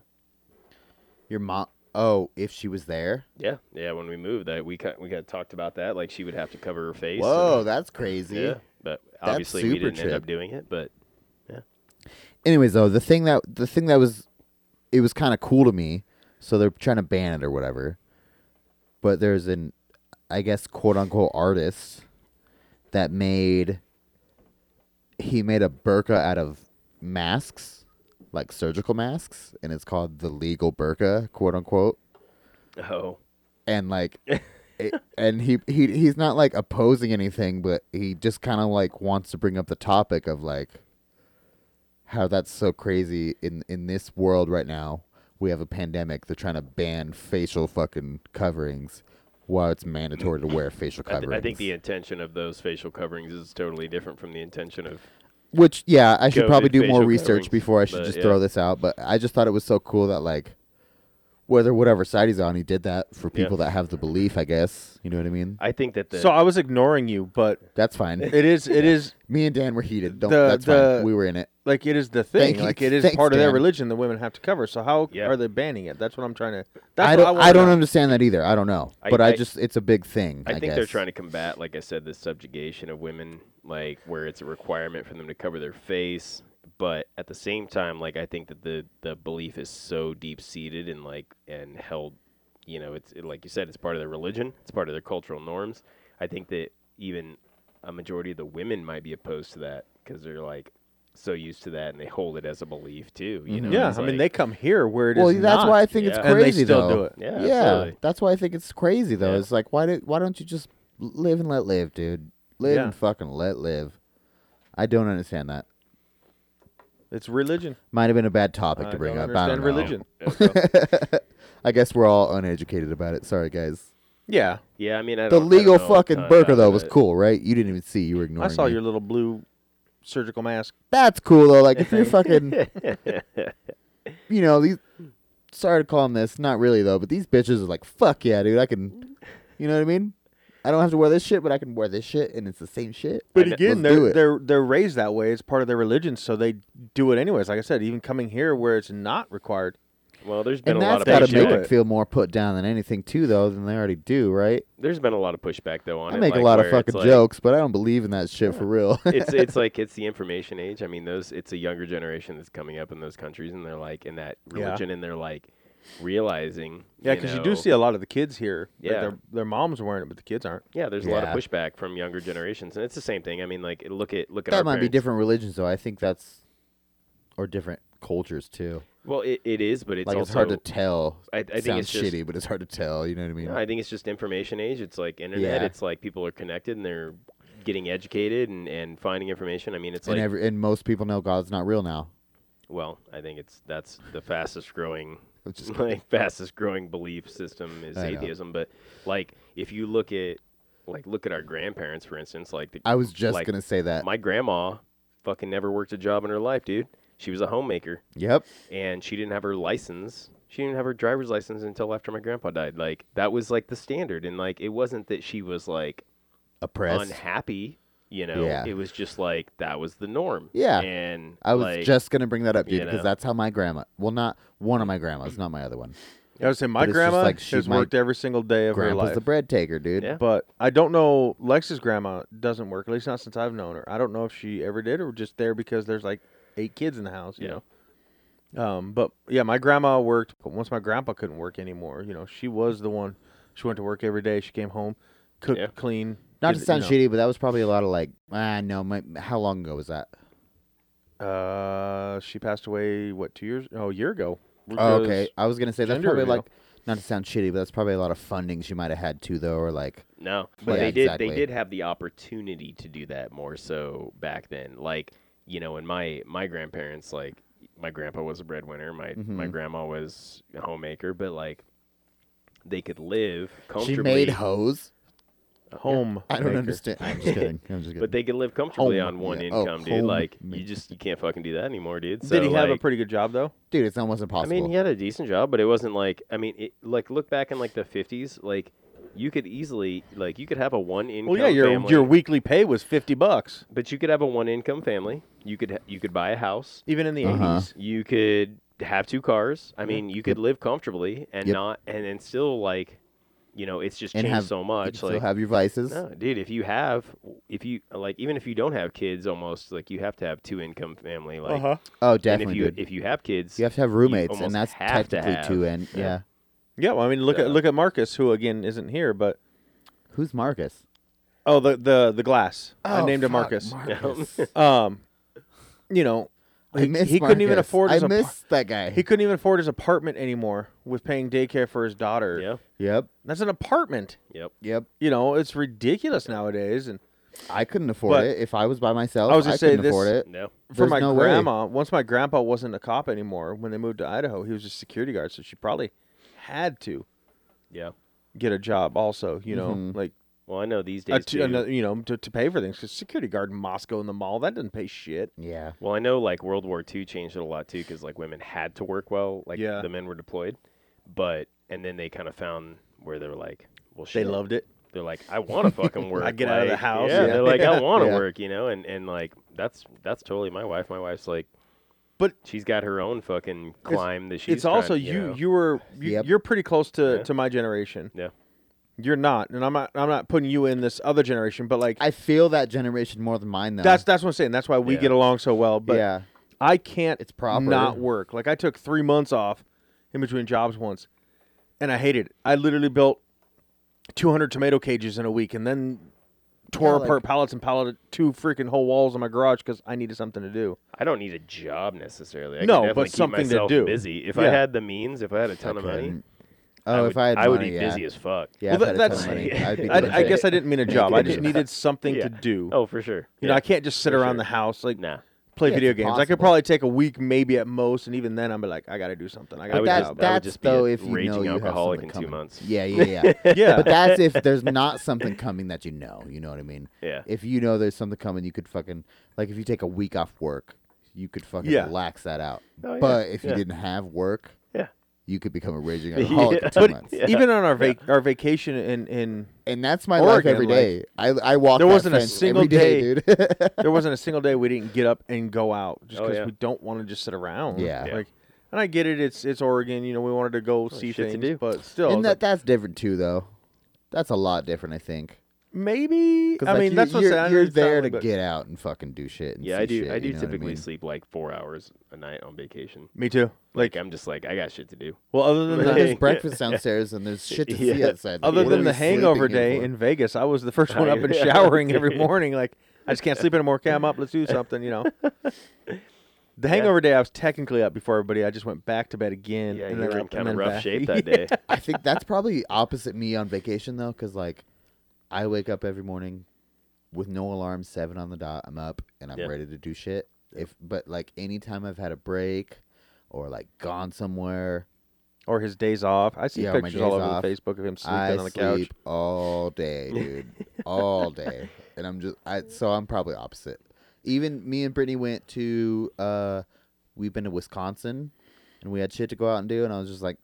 Your mom. Oh, if she was there. yeah, yeah. When we moved, that we cut, we got talked about that. Like she would have to cover her face. Whoa, and- that's crazy. yeah. But obviously, we super didn't end up trip. doing it. But Anyways, though, the thing that the thing that was, it was kind of cool to me. So they're trying to ban it or whatever. But there's an, I guess, quote unquote artist that made. He made a burqa out of masks, like surgical masks, and it's called the legal burqa, quote unquote. oh, And like, it, and he he he's not like opposing anything, but he just kind of like wants to bring up the topic of like how that's so crazy in in this world right now. We have a pandemic. They're trying to ban facial fucking coverings while it's mandatory to wear facial I, th- coverings. I think the intention of those facial coverings is totally different from the intention of which yeah, I should probably COVID do more facial research coverings, before I should but just yeah. throw this out. But I just thought it was so cool that like whether whatever side he's on, he did that for Yeah. people that have the belief. I guess you know what I mean. I think that the So I was ignoring you, but That's fine. it is it is Me and Dan were heated. Don't, The- that's the- fine. We were in it. like it is the thing. Thank you. Like it is Thanks, part of their Dan. religion that women have to cover. So how Yeah. are they banning it? That's what I'm trying to. That's I what don't. wanna I, don't know. understand that either. I don't know. I- but I, I- just it's a big thing. I, I, think they're guess. trying to combat, like I said, the subjugation of women, like where it's a requirement for them to cover their face. But at the same time, like I think that the the belief is so deep seated and like and held, you know, it's it, like you said, it's part of their religion, it's part of their cultural norms. I think that even a majority of the women might be opposed to that because they're like so used to that and they hold it as a belief too. You know, Mm-hmm. Yeah, It's I mean like- they come here where it is. Well, that's not. why I think Yeah. it's And they crazy still though. do it. Yeah, yeah, absolutely. that's why I think it's crazy though. Yeah. It's like why do why don't you just live and let live, dude? Live Yeah. and fucking let live. I don't understand that. It's religion. Might have been a bad topic I to bring don't up. I don't understand know. religion. I guess we're all uneducated about it. Sorry, guys. Yeah, yeah, I mean I The don't- I don't legal know a fucking ton burger about though was it. cool, right? You didn't even see. You were ignoring. I saw me. your little blue surgical mask. That's cool though. Like if you're fucking, you know these. Sorry to call them this, not really though, but these bitches are like, fuck yeah, dude. I can, you know what I mean? I don't have to wear this shit, but I can wear this shit, and it's the same shit. But kn- again, Let's do they're it. they're they're raised that way. It's part of their religion, so they do it anyways. Like I said, even coming here where it's not required. Well, there's been And a lot that's of got gotta to make pushback. it feel more put down than anything too, though, than they already do, right? There's been a lot of pushback though on I it. make a like, lot of where it's fucking like- jokes, but I don't believe in that shit for real. it's it's like it's the information age. I mean, those it's a younger generation that's coming up in those countries, and they're like in that Yeah. religion, and they're like realizing. Yeah, because you, do know- see a lot of the kids here. like, Yeah. their their moms wearing it, but the kids aren't. Yeah, there's a lot of Yeah. pushback from younger generations, and it's the same thing. I mean, like look at look at our that might be parents. different religions, though. I think that's or different cultures too. Well, it, it is, but it's like also it's hard to tell. I- I think it it's sounds just- shitty, but it's hard to tell. You know what I mean? No, I think it's just information age. It's like internet. Yeah. It's like people are connected and they're getting educated and, and finding information. I mean, it's and like every, and most people know God's not real now. well, I think it's that's the fastest growing Which is like fastest growing belief system is I know. atheism. But like if you look at like look at our grandparents, for instance, like the, I was just Like, gonna say that. my grandma fucking never worked a job in her life, dude. She was a homemaker yep. and she didn't have her license. She didn't have her driver's license until after my grandpa died. Like that was like the standard, and like it wasn't that she was like Oppressed. unhappy. You know, Yeah. it was just like that was the norm. Yeah. and I was like, just gonna bring that up, dude, you know. because that's how my grandma. Well, not one of my grandmas, not my other one. I would say my But it's just grandma like she- has my worked every single day of her Grandpa's life. the bread taker, dude. Yeah. But I don't know. Lex's grandma doesn't work, at least not since I've known her. I don't know if she ever did or just there because there's like eight kids in the house, you Yeah. know. Um, but yeah, my grandma worked. But once my grandpa couldn't work anymore, you know, she was the one. She went to work every day. She came home, cooked, Yeah. clean. Not did- to sound you shitty, but that was probably a lot of like, ah, no, my, how long ago was that? know. Uh, she passed away what two years? Oh, a year ago. Oh, okay, Because- I was gonna say that's gender probably reveal. like, not to sound shitty, but that's probably a lot of funding she might have had too, though, or like, no, but Yeah, they did. They exactly. did have the opportunity to do that more so back then. Like you know, and my my grandparents, like my grandpa was a breadwinner. My my Mm-hmm. grandma was a homemaker, but like they could live comfortably. she made hoes. Home. I don't maker. understand. I'm just kidding. I'm just kidding. but they could live comfortably Home- on one yeah, oh, income, dude. home Like maker. you just you can't fucking do that anymore, dude. So, Did he have a like- pretty good job though? dude, it's almost I impossible. mean, he had a decent job, but it wasn't like I mean, it, like look back in like the fifties, like you could easily like you could have a one income. Well, yeah, your family, your weekly pay was fifty bucks, but you could have a one income family. You could ha- you could buy a house. even in the 80s Uh-huh. You could have two cars. I mean, you could live comfortably and Yep. not and then still like, you know, it's just and changed have, so you much. can like, still have your vices. no, dude, if you have if you like even if you don't have kids, almost like you have to have two income family. Like, Uh-huh. Oh, and definitely, if you dude. if you have kids, you have to have roommates, almost and that's have to technically have- two. And yeah. yeah. Yeah, well, I mean, look So- at look at Marcus, who again isn't here, but who's Marcus? oh, the the the glass. I Oh, named him fuck, Marcus. Marcus. Um, you know, I he, miss he couldn't even Marcus. afford. I His apar- miss that guy. he couldn't even afford his apartment anymore with paying daycare for his daughter. yeah, Yep. that's an apartment. yep. Yep. You know, it's ridiculous nowadays. And I couldn't afford But- it if I was by myself. I was gonna say couldn't this- afford it. No. for There's my no way. grandma, once my grandpa wasn't a cop anymore, when they moved to Idaho, he was just security guard, so she probably had to Yeah. get a job. Also, you know, Mm-hmm. like Well, I know these a days. t- too- ano- you know to, to pay for things because security guard in Moscow in the mall that doesn't pay shit. Yeah. well, I know like World War II changed it a lot too, because like women had to work well, like Yeah. the men were deployed, but and then they kind of found where they were like, well, They shit. loved it. They're like, I want to fucking work. get out of the like, house, Yeah, yeah. they're like, I want to Yeah. work, you know, and and like that's that's totally my wife. My wife's like, But- she's got her own fucking climb that she's. it's also trying- you. know. You were you, Yep. you're pretty close to, Yeah. to my generation. Yeah. You're not, and I'm not. I'm not putting you in this other generation. But like I feel that generation more than mine though. that's that's what I'm saying. That's why we Yeah. get along so well. But yeah. I can't. It's proper. Not work. Like I took three months off in between jobs once, and I hated it. I literally built 200 tomato cages in a week, and then tore Yeah, like- apart pallets and pallet two freaking whole walls in my garage because I needed something to do. I don't need a job necessarily. I No, could definitely but something keep to myself do. Busy. If I Yeah. had the means, if I had a ton of money, couldn't. Oh, I if would, I had money, would be yeah. busy as fuck. Yeah, Well, if I that- had a ton of that's- money, I'd be doing I, I shit. guess I didn't mean a job. I just do. needed something Yeah. to do. Oh, for sure. You Yeah. know, I can't just sit For around sure. the house like Nah. play Yeah, video it's games. I could impossible. probably take a week, maybe at most, and even then, I'm like, I gotta do something. I I gotta would get that's out. that would that's just be a though if you raging know you have alcoholic something in two coming. months. Yeah, yeah, yeah. Yeah. But that's if there's not something coming that you know. You know what I mean? Yeah. If you know there's something coming, you could fucking like if you take a week off work, you could fucking Yeah. relax that out. Oh, yeah, But if yeah. you didn't have work, Yeah. you could become a raging alcoholic Yeah. in two But- months. yeah. Even on our vac- our vacation in in And that's my life Oregon, every like, day. I I walk. there that wasn't a fence single every day, dude. there wasn't a single day we didn't get up and go out just Oh, because yeah. we don't want to just sit around. Yeah. Yeah. Like, and I get it. It's it's Oregon. You know, we wanted to go see shit to things, do. but still, and it's that that's different too, though. That's a lot different, I think. like, maybe. 'Cause, I like, mean, you- that's what's you're, I know you're it's not there only, to but- get out and fucking do shit. And Yeah, see I do. shit, I do you know what typically mean? sleep like four hours a night on vacation. Me too. Like Like, I'm just like I got shit to do. well, other than Well, the, there's breakfast downstairs and there's shit to see Yeah. outside. other What are than we the sleeping hangover here day for? in Vegas, I was the first one up and Yeah. showering every morning. Like, I just can't sleep anymore. Okay, I'm up. Let's do something. You know. The hangover day, I was technically up before everybody. I just went back to bed again. Yeah, and you then were in up and kind of then rough back. shape Yeah. that day. I think that's probably opposite me on vacation though, because like, I wake up every morning with no alarm, seven on the dot. I'm up and I'm Yeah. ready to do shit. If but like anytime I've had a break or like gone somewhere, Or his days off. I see Yeah, my pictures all days over off. Facebook of him sleeping I on the couch. sleep all day, dude, all day, and I'm just I so I'm probably opposite. Even me and Brittany went to uh, we've been to Wisconsin, and we had shit to go out and do, and I was just like,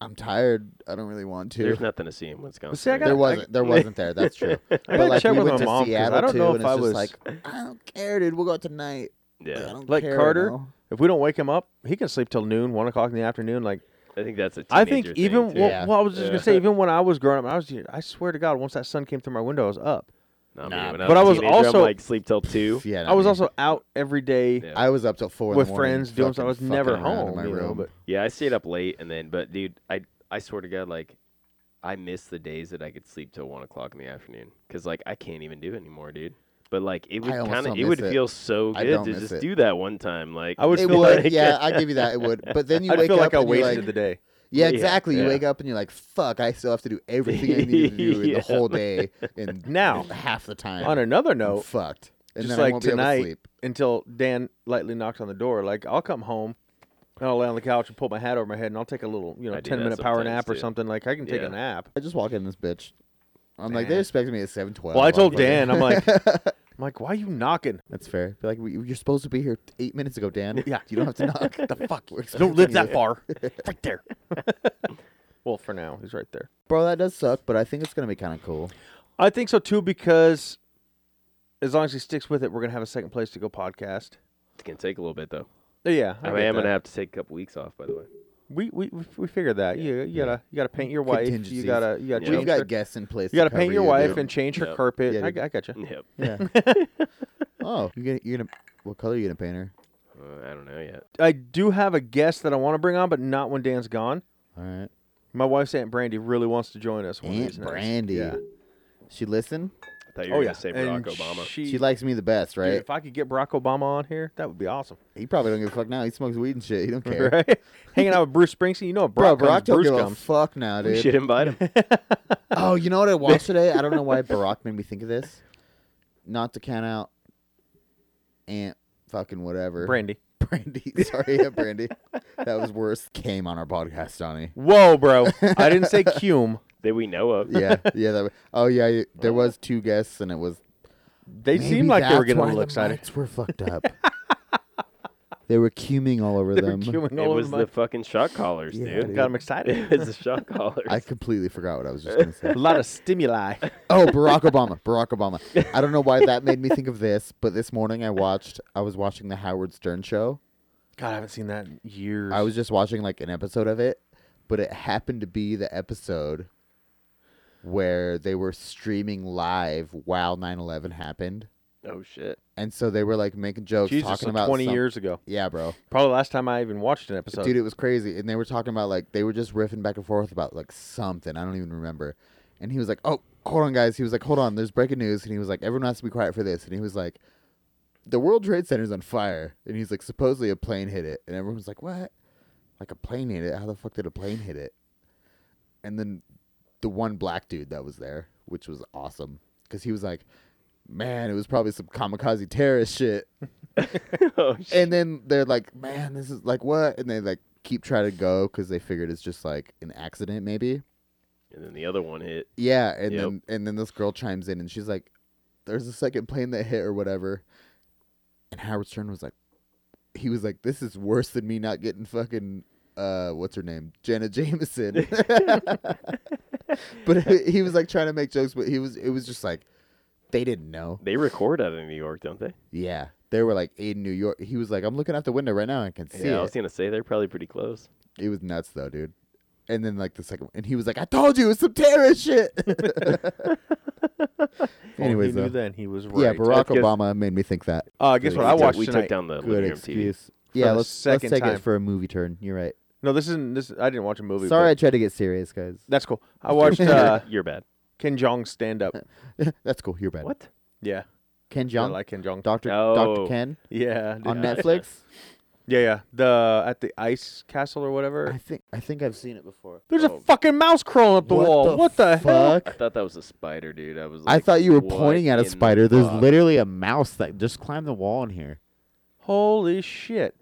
I'm tired. I don't really want to. There's nothing to see in Wisconsin. see, I got- there wasn't there wasn't there. That's true. But gotta like check we with went my to mom, 'cause Seattle I don't too, know and if it's I just was- like I don't care, dude. We'll go out tonight. I yeah, don't Like care Carter, now." if we don't wake him up, he can sleep till noon, one o'clock in the afternoon. Like I think that's a I think teenager even thing, too. well, Yeah. well, I was just Yeah. gonna say even when I was growing up, I was I swear to God, once that sun came through my window, I was up. Nah, Nah, when but I a was teenager, I'm also- like sleep till two. Yeah, I was mean, also out every day. Yeah. I was up till four in the With morning friends doing fucking stuff. I was fucking never around in home, my you know, room. but- Yeah, I stayed up late, and then, but dude, I I swear to God, like, I miss the days that I could sleep till one o'clock in the afternoon, cause like I can't even do it anymore, dude. But like it would almost kind of, don't it would miss it. feel so I good don't to miss just it. do that one time. Like I would It feel would, like yeah, I give you that. It would, but then you I'd wake feel up like I and you're wasted like- the day. Yeah, Yeah, exactly. You yeah. wake up and you're like, "Fuck! I still have to do everything I need to do in Yeah. the whole day." And Now, half the time, On another I'm note, fucked. And just then I like won't be able to tonight, sleep. until Dan lightly knocks on the door, like I'll come home and I'll lay on the couch and pull my hat over my head and I'll take a little, you know, I do ten that minute power sometimes, nap or too. something. Like I can take Yeah. a nap. I just walk in this bitch. I'm like, they expected me at seven twelve. Well, I told Dan, I'm like, I'm like, why are you knocking? "That's fair." Be like, "We- "You're supposed to be here eight minutes ago, Dan. Yeah. you don't have to knock." the Fuck, We're you don't live expecting that you. far. It's right there. well, for now, he's right there. Bro, that does suck, but I think it's gonna be kind of cool. I think so too because as long as he sticks with it, we're gonna have a second place to go podcast. It's gonna take a little bit though. Yeah, I, am gonna have to take a couple weeks off, by the way. We we we- we figured that. You you gotta you gotta paint your wife. You Contingencies. gotta you gotta Yeah. change We've got her, guests in place. you gotta to cover paint your you, wife dude. and change her Yep. Mm. carpet. Yeah, I, dude. I got you. Yep. Yeah. oh, you gonna you gonna what color you gonna paint her? Uh, I don't know yet. I do have a guest that I want to bring on, but not when Dan's gone. All right. My wife's aunt Brandy really wants to join us. One of Aunt these nights. Brandy. Yeah. She listen. I thought you were Oh gonna yeah. say And Barack Obama. She, She likes me the best, dude, right? If I could get Barack Obama on here, that would be awesome. he probably don't give a fuck now. He smokes weed and shit. He don't care. Right? Hanging out with Bruce Springsteen. You know, if Bro, Barack Barack comes, don't Bruce give a comes. fuck now, we dude. should invite him. Oh, you know what I watched today? I don't know why Barack made me think of this. Not to count out Aunt fucking whatever. Brandy. Brandy. Sorry, Aunt Brandy. That was worse. Came on our podcast, Johnny. Whoa, bro! I didn't say cum. that we know of. Yeah, yeah. That, oh, yeah. you- There was two guests, and it was. They seemed like they were getting a little excited. Lights were fucked up. they were cuming all over They were them. queuing It all over was my- the fucking shot callers, Yeah, dude. dude. Got them excited. it was the shot callers. I completely forgot what I was just gonna say. a lot of stimuli. Oh, Barack Obama. Barack Obama. I don't know why that made me think of this, but this morning I watched I was watching the Howard Stern show. God, I haven't seen that in years. I was just watching like an episode of it, but it happened to be the episode where they were streaming live while 9/11 happened. oh shit. And so they were like making jokes Jesus, talking so about 20 some- years ago. Yeah, bro. Probably the last time I even watched an episode. Dude, it was crazy. And they were talking about like they were just riffing back and forth about like something. I don't even remember. And he was like, Oh, hold on, guys. He was like, Hold on, there's breaking news. And he was like, Everyone has to be quiet for this. And he was like, The World Trade Center's on fire. And he's like, supposedly a plane hit it. And everyone was like, What? Like a plane hit it? How the fuck did a plane hit it? And then the one black dude that was there, which was awesome. Because he was like, Man, it was probably some kamikaze terrorist shit. oh, shit. and then they're like, "Man, this is like what?" And they like keep trying to go because they figured it's just like an accident, maybe. and then the other one hit. Yeah, and Yep. then and then this girl chimes in and she's like, "There's a second plane that hit or whatever," and Howard Stern was like, "He was like, this is worse than me not getting fucking uh what's her name Jenna Jameson," but he was like trying to make jokes, but he was it was just like they didn't know. They record out of New York, don't they? Yeah, they were like in New York. He was like, "I'm looking out the window right now. I can see yeah, I it." was gonna say they're probably pretty close. It was nuts though, dude. And then like the second, and he was like, "I told you, it's some terrorist shit." Anyways, he though. knew then he was right. yeah, Barack That's good. Obama made me think that. Uh, guess We what I took- watched We tonight. took down the Good living room TV. excuse. Yeah, the let's let's second take time. it for a movie turn. You're right. No, this isn't. This I didn't watch a movie. Sorry, I but tried to get serious, guys. that's cool. I watched You're- uh, You're bad. Ken Jong stand up. That's cool. You're bad. What? Yeah, Ken I Jeong, like Ken Jong. Doctor Oh. Doctor Ken Yeah, dude. on Yeah. Netflix. yeah, yeah. The at the ice castle or whatever. I think I think I've seen it before. There's Oh. a fucking mouse crawling up the What wall. the what the hell? I Fuck. thought that was a spider, dude. I was. I like, thought you were what pointing at in a the spider. There's fuck? literally a mouse that just climbed the wall in here. Holy shit.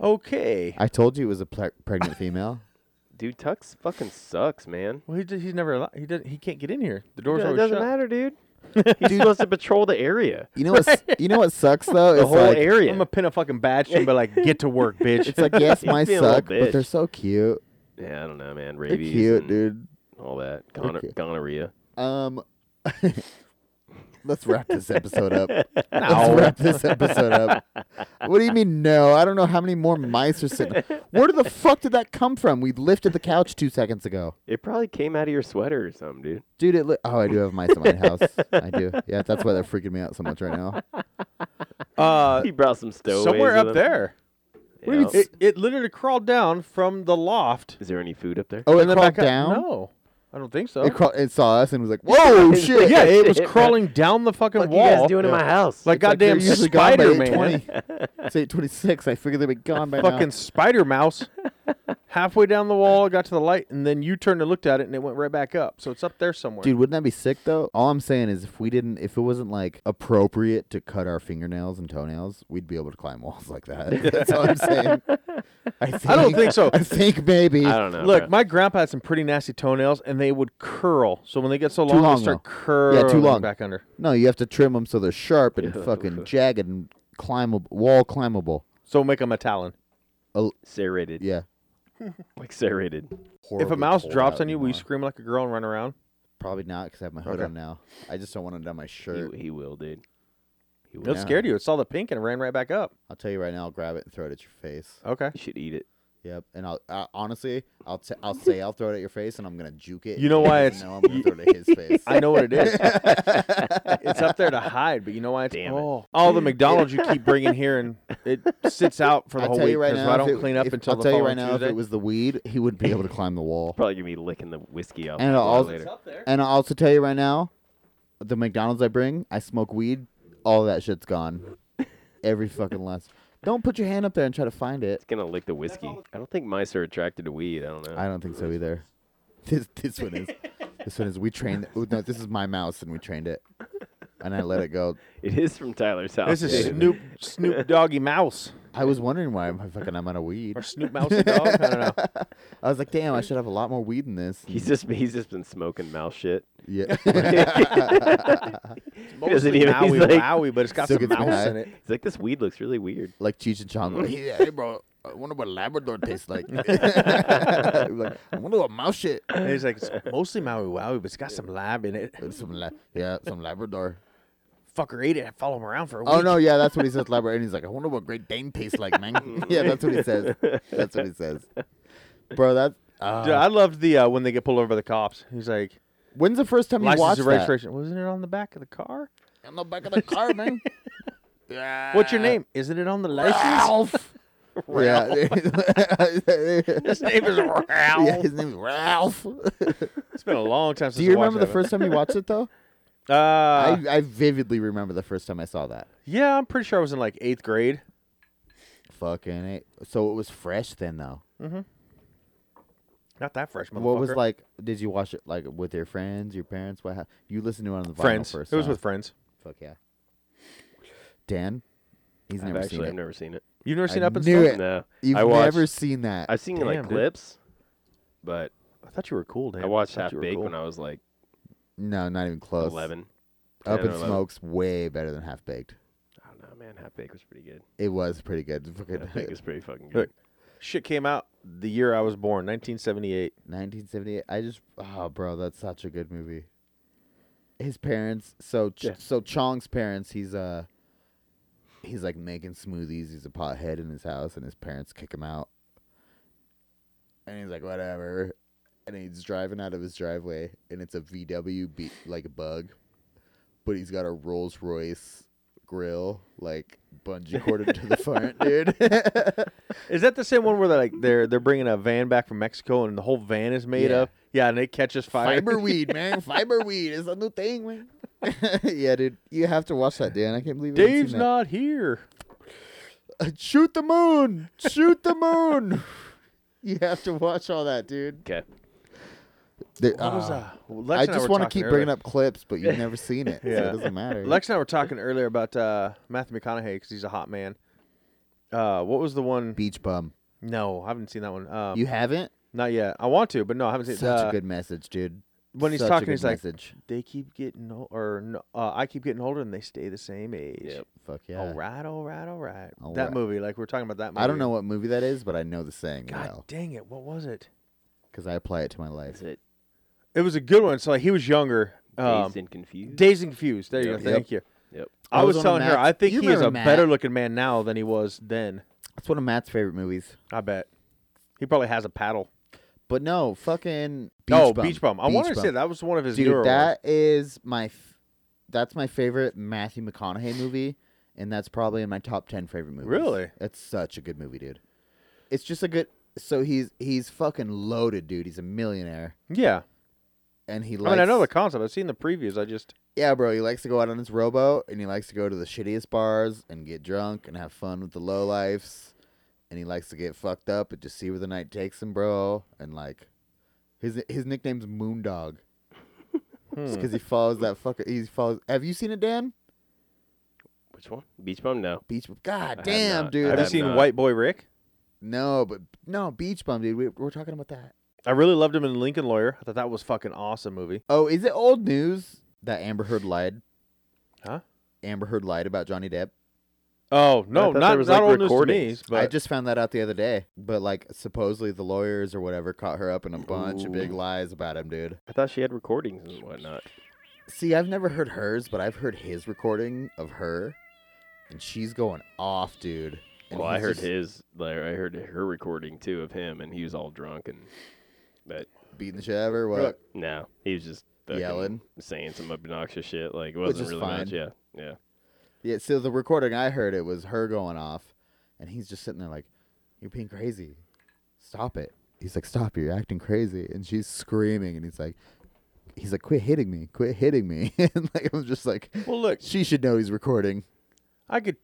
Okay. I told you it was a ple- pregnant female. Dude, Tux fucking sucks, man. Well, he, d- he's never allowed. He didn't. He can't get in here. The It doors always doesn't shut. matter, dude. He's supposed to patrol the area, You know what? You know what sucks though? the It's whole like, I'm area. gonna pin a fucking badge and be like, "Get to work, bitch." It's like yes, He's mice being a little suck, but they're bitch. so cute. yeah, I don't know, man. They're Rabies, cute, and dude. all that Gono- cute. gonorrhea. Um, let's wrap this episode up. No. Let's wrap this episode up. What do you mean no? I don't know how many more mice are sitting. Where the fuck did that come from? We lifted the couch two seconds ago, It probably came out of your sweater or something, dude. dude. It li- oh, I do have mice in my house. I do. Yeah, that's why they're freaking me out so much right now. uh, he brought some stowaways. somewhere with up him. there. You know? It, it literally crawled down from the loft. Is there any food up there? Oh, it and then crawled back up- down. No, I don't think so. Oh, It, craw- it saw us and was like, "Whoa, shit!" yeah, it was Shit, man. crawling down the fucking What are you wall. guys doing in my house? Like It's like they're goddamn usually gone by Spider Man, 8:20. It's eight twenty-six. I figured they'd be gone by fucking now. Spider Mouse. Halfway down the wall, got to the light, and then you turned and looked at it, and it went right back up. So it's up there somewhere. Dude, wouldn't that be sick though? All I'm saying is, if we didn't, if it wasn't like appropriate to cut our fingernails and toenails, we'd be able to climb walls like that. That's all I'm saying. I, think, don't think so. I think maybe. I don't know. Look, bro. my grandpa had some pretty nasty toenails, and they would curl. So when they get so long, long, they start though. curling long. back under. No, you have to trim them so they're sharp and fucking jagged and climbable, wall climbable. So make them a talon. serrated. Yeah. Like serrated. If a Horribly mouse cold drops out on you, will you tomorrow. scream like a girl and run around? Probably not because I have my hood Okay. e- on now. I just don't want it down my He, shirt. he will, dude. He will. It Yeah. scared you. It saw the pink and ran right back up. I'll tell you right now. I'll grab it and throw it at your face. Okay. You should eat it. Yep. And I'll uh, honestly, I'll t- I'll say I'll throw it at your face, and I'm gonna juke it. You know why it's- No, I'm gonna throw it at his face. I know what it is. it's up there to hide, but you know why? It's Damn it. oh, all the McDonald's you keep bringing here, and it sits out for the I'll whole tell week you right because now, I if don't it- clean up if- until I'll the tell you following right now, Tuesday. if it was the weed, he wouldn't be able to climb the wall. Probably gonna be licking the whiskey off And the I'll floor also- later. and I'll also tell you right now, the McDonald's I bring, I smoke weed, all that shit's gone. Every fucking last. Don't put your hand up there and try to find it. It's gonna lick the whiskey. I don't think mice are attracted to weed. I don't know. I don't think so either. This this one is. This one is. We trained. oh, No, this is my mouse, and we trained it, and I let it go. It is from Tyler's house. this is dude. Snoop Snoop Doggy Mouse I was wondering why I'm fucking. I'm out of weed. or Snoop Mouse and Dog. I don't know. I was like, damn, I should have a lot more weed in this. He's just he's just been smoking mouse shit. yeah. It's doesn't mostly even- he's Maui, like- Maui, but it's got Still some gets me mouse high. in it. He's like, this weed looks really weird. like Cheech and Chong. like, "Yeah, hey, bro, I wonder what Labrador tastes like. like I wonder what mouse shit. And he's like, it's mostly Maui Wowie, but it's got some lab in it. Some la- yeah, some Labrador. Fucker ate it. I follow him around for a week. Oh no, yeah, that's what he says. Labrador, and he's like, I wonder what Great Dane tastes like, man. yeah, that's what he says. That's what he says, bro. That's uh, Dude, I loved the uh, when they get pulled over by the cops. He's like, when's the first time you license watched and that? registration. Wasn't it on the back of the car? On the back of the car, man. Yeah. What's your name? Isn't it on the license? Ralph. Yeah. His name is Ralph. yeah, his name's Ralph. It's been a long time since. Do you I watched remember the that first time you watched it though? one. Uh, I, I vividly remember the first time I saw that. yeah, I'm pretty sure I was in like eighth grade. Fucking it. So it was fresh then, though. Not that fresh, motherfucker. What was like? Did you watch it like with your friends, your parents? What? hap- you listened to it on the vinyl friends? first? it was huh? with friends. Fuck yeah. Dan, He's I've never actually, seen I've it. never seen it. You've never seen I Up and knew Stuff? it. No, You've I watched. never seen that. I've seen Damn, like dude. clips, but I thought you were cool, Dan. I watched thought Half you were Baked cool. when I was like no, not even close. eleven. 10 Up or in 11. Smoke's way better than Half Baked. I don't know, "Oh, man. Half Baked was pretty good. It was pretty good. Fucking- Half Baked was pretty fucking Look, good. shit came out the year I was born, 1978. 1978. I just oh bro, that's such a good movie. His parents, so Ch- Yeah. so Chong's parents, he's uh he's like making smoothies, he's a pothead in his house and his parents kick him out. And he's like whatever. And he's driving out of his driveway and it's a VW be- like a bug. But he's got a Rolls-Royce grill like bungee corded to the front, dude. Is that the same one where they're like they're they're bringing a van back from Mexico and the whole van is made Yeah. of yeah, and it catches fire. Fiber weed, man. Fiber weed is a new thing, man. yeah, dude. You have to watch that, Dan. I can't believe you haven't Dave's seen not here. that. Shoot the moon. Shoot the moon. you have to watch all that, dude. Okay. The- What was, ah. uh, Lex I and just were want to talking keep earlier. bringing up clips, but you've never seen it, so Yeah. it doesn't matter. Lex and I were talking earlier about uh, Matthew McConaughey because he's a hot man. Uh, what was the one? Beach bum. no, I haven't seen that one. Um, You haven't? not yet. I want to, but no, I haven't seen. Such uh, a good message, dude. when he's Such a talking, good he's like, message. They keep getting old, or no, uh, I keep getting older, and they stay the same age. Yep. "Fuck yeah." All right, all right, all right. All that right. movie, like we're talking about that movie. I don't know what movie that is, but I know the saying God well dang it! What was it? because I apply it to my life. Is it It was a good one. So like, he was younger. Um, Dazed and Confused? Dazed and confused. There you Yep. go. Thank you. yep. I, I was, was on a telling her Matt- I think you he is remember a Matt. better looking man now than he was then. That's one of Matt's favorite movies. I bet. He probably has a paddle. But no, fucking beach oh, bum. beach bum. I want to Beach say Bum. that was one of his newer Dude, ones. that is my, f- that's my favorite Matthew McConaughey movie, and that's probably in my top ten favorite movies. Really? That's such a good movie, dude. It's just a good. So he's he's fucking loaded, dude. He's a millionaire, Yeah. and he. I Likes, mean, I know the concept. I've seen the previews. I just Yeah, bro. He likes to go out on his rowboat, and he likes to go to the shittiest bars and get drunk and have fun with the lowlifes, and he likes to get fucked up and just see where the night takes him, bro. And like, his his nickname's Moondog. hmm. because he follows that fucker. He follows. Have you seen it, Dan? Which one? Beach Bum? No. Beach. Bum. God I have damn, not. dude. have you that- that's seen not- White Boy Rick? No, but no, Beach Bum, dude. We, we're talking about that. I really loved him in Lincoln Lawyer. I thought that was fucking awesome movie. Oh, is it old news that Amber Heard lied? Huh? Amber Heard lied about Johnny Depp. Oh I no, thought there not was, not like, old news to me. recordings. But I just found that out the other day. But like, supposedly the lawyers or whatever caught her up in a bunch of big Ooh. lies about him, dude. I thought she had recordings and whatnot. See, I've never heard hers, but I've heard his recording of her, and she's going off, dude. And Well, I he's heard just his. Like, I heard her recording too of him, and he was all drunk and. But beating the shit out of her. What? no, he was just fucking Yelling. saying some obnoxious shit. Like it Which wasn't is really fine. much. Yeah, yeah. Yeah, so the recording I heard it was her going off, and he's just sitting there like, "You're being crazy, stop it." He's like, "Stop, you're acting crazy," and she's screaming, and he's like, "He's like, quit hitting me, quit hitting me," and like I'm just like, well, look, she should know he's recording. I could.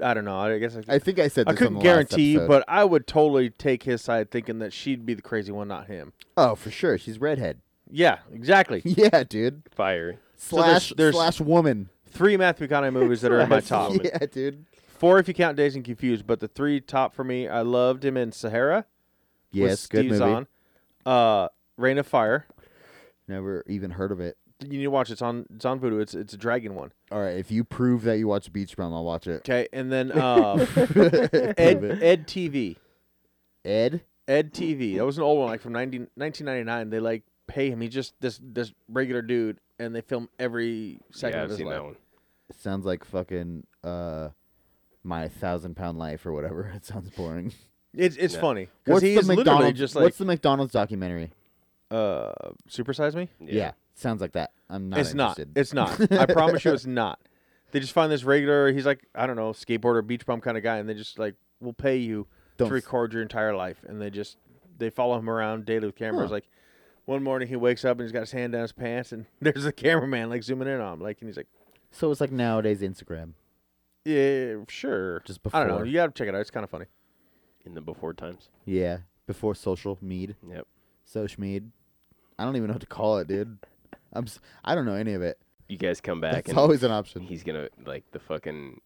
I don't know. I guess I, could, I think I said I this on couldn't the last guarantee, episode. but I would totally take his side, thinking that she'd be the crazy one, not him. oh, for sure, she's redhead. Yeah, exactly. yeah, dude, Fiery. there's- slash there's- slash woman. Three Matthew McConaughey movies that are in my top. Woman. Yeah, dude. Four if you count Days and Confused, but the three top for me. I loved him in Sahara. with Yes, good Steve movie. Zahn. Uh, Rain of Fire. Never even heard of it. You need to watch it. It's on. It's on Voodoo. It's it's a dragon one. All right, if you prove that you watch Beach Bum, I'll watch it. Okay, and then uh, Prove Ed it. Ed TV. Ed. Ed TV. That was an old one, like from 19, 1999. They like pay him. He's just this this regular dude, and they film every second of yeah, I've his seen life. that one. sounds like fucking uh my thousand pound life or whatever. It sounds boring. It's it's Yeah. funny because What's he's the literally McDonald's? just what's like the McDonald's documentary? uh, supersize me. Yeah. sounds like that. I'm not. it's not. interested. It's not. I promise you, it's not. They just find this regular. He's like I don't know, skateboarder, beach bum kind of guy, and they just like will pay you Don't to s- record your entire life, and they just they follow him around daily with cameras. Huh. Like one morning he wakes up and he's got his hand down his pants, and there's a cameraman like zooming in on him, like, and he's like. so it's like nowadays Instagram. Yeah, sure. Just I don't know. before. You gotta check it out. It's kind of funny. In the before times. Yeah, before social mead, Yep. social mead. I don't even know what to call it, dude. I'm. s- I don't know any of it. You guys come back It's and always an option. he's gonna like the fucking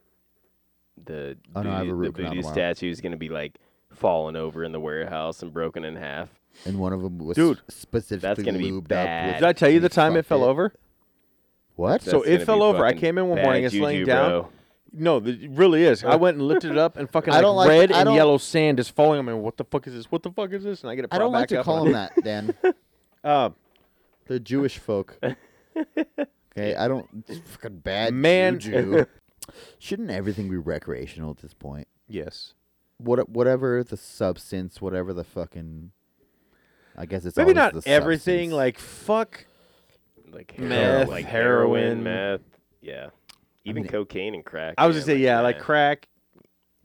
the Oh, no, I have voodoo, a root the canal voodoo tomorrow. statue is gonna be like falling over in the warehouse and broken in half. and one of them was Dude, specifically that's gonna be lubed up bad. with- Did I tell you the time it Fuck fell over? What? So That's it gonna fell be over. I fucking came in one bad morning, it's laying juju, down. bro. No, th- it really is. I went and lifted it up, and fucking I like, don't like- red I and don't- yellow sand is falling. I'm like, what the fuck is this? What the fuck is this? And I get it. I don't like to call them that, Dan. Um, They're Jewish folk. Okay, I don't. It's fucking bad Man. juju. Shouldn't everything be recreational at this point? yes. What, whatever the substance, whatever the fucking. I guess it's Maybe always not the everything. substance. Like fuck. Like hero- Meth, like heroin. heroin, meth, yeah, even mean- cocaine and crack. I was man, gonna say yeah, like that. crack.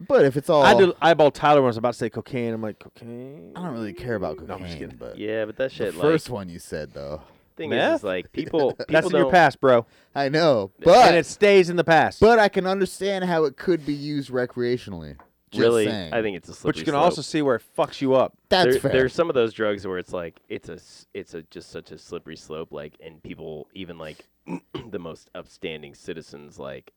But if it's all, I I, did eyeball Tyler when I was about to say cocaine. I'm like cocaine. don't really care about cocaine. No, I'm just kidding. But Yeah, but that the shit. first like, one you said though, thing is, Meth? is like people. people That's in your don't- past, bro. I know, and but it stays in the past. but I can understand how it could be used recreationally. Just Really, saying. I think it's a slippery but you can slope. also see where it fucks you up. that's there, fair. There's some of those drugs where it's like it's a s- it's a just such a slippery slope. Like, and people even like the most upstanding citizens like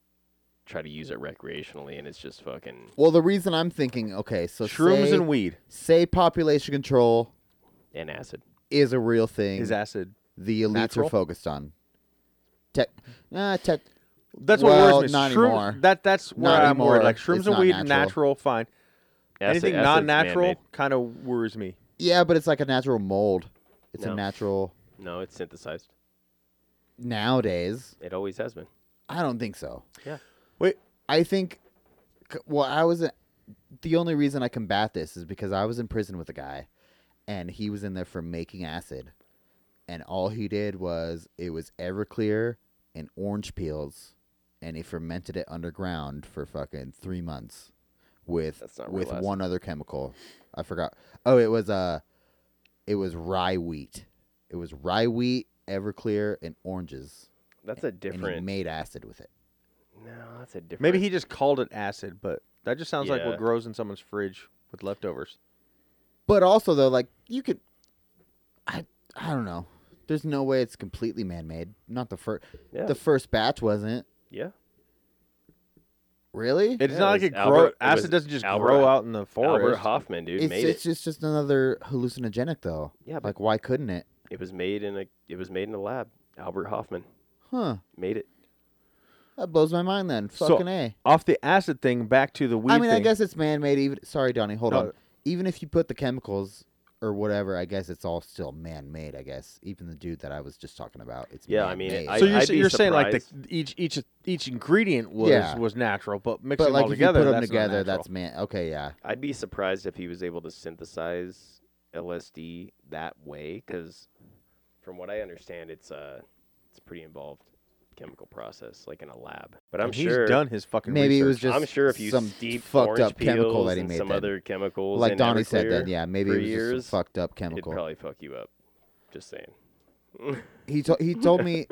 try to use it recreationally, and it's just fucking Well, the reason I'm thinking, okay, so Shrooms say, and weed say population control an acid. is a real thing. is acid. the elites natural? are focused on? Tech, nah, tech. That's Well, what worries me. not shrooms, anymore. That that's where Not I'm worried. anymore. Like shrooms It's and not weed, natural. natural, fine. Acid- Anything acid's non-natural man-made. kind of worries me. Yeah, but it's like a natural mold. It's a No. natural No, it's synthesized. nowadays. It always has been. I don't think so. Yeah. Wait, I think. c- Well, I was. The only reason I combat this is because I was in prison with a guy, and he was in there for making acid, and all he did was it was Everclear and orange peels, and he fermented it underground for fucking three months, with That's not real with acid. one other chemical, I forgot. Oh, it was uh, it was rye wheat. It was rye wheat, Everclear, and oranges, That's a and he different. made acid with it. No, that's a different. Maybe he just called it acid, but that just sounds like Yeah. what grows in someone's fridge with leftovers. But also though, like you could, I I don't know. There's no way it's completely man-made. Not the first. Yeah. The first batch wasn't yeah. really. It's Yeah, not like it was it grow Albert- it acid was doesn't just Albert- grow out in the Albert forest. Hoffman, dude, it's made it's it. just just another hallucinogenic though. Yeah, but- Like why couldn't it? It was made in a. It was made in a lab. Albert Hoffman Huh? made it. That blows my mind then. So, Fucking a. Off the acid thing, back to the weed I mean, I thing. guess it's man-made. Even sorry, Donnie. Hold No. on. Even if you put the chemicals or whatever, I guess it's all still man-made. I guess even the dude that I was just talking about, it's Yeah, I mean, man-made. I- so you're, I'd s- be you're saying like the each each each ingredient was Yeah. was natural, but mixing but them like all if together, you put them that's not together, natural. that's man. Okay, yeah. I'd be surprised if he was able to synthesize LSD that way, because from what I understand, it's uh, it's a pretty involved chemical process, like in a lab. But I'm And he's sure done his fucking. Maybe it was research. just I'm sure if you some steeped fucked orange up chemical peels that he and made some then. other chemicals, like in Donnie said Everclear then, yeah, maybe for it was years, just some fucked up it'd chemical. probably fuck you up. Just saying. He to- he told me,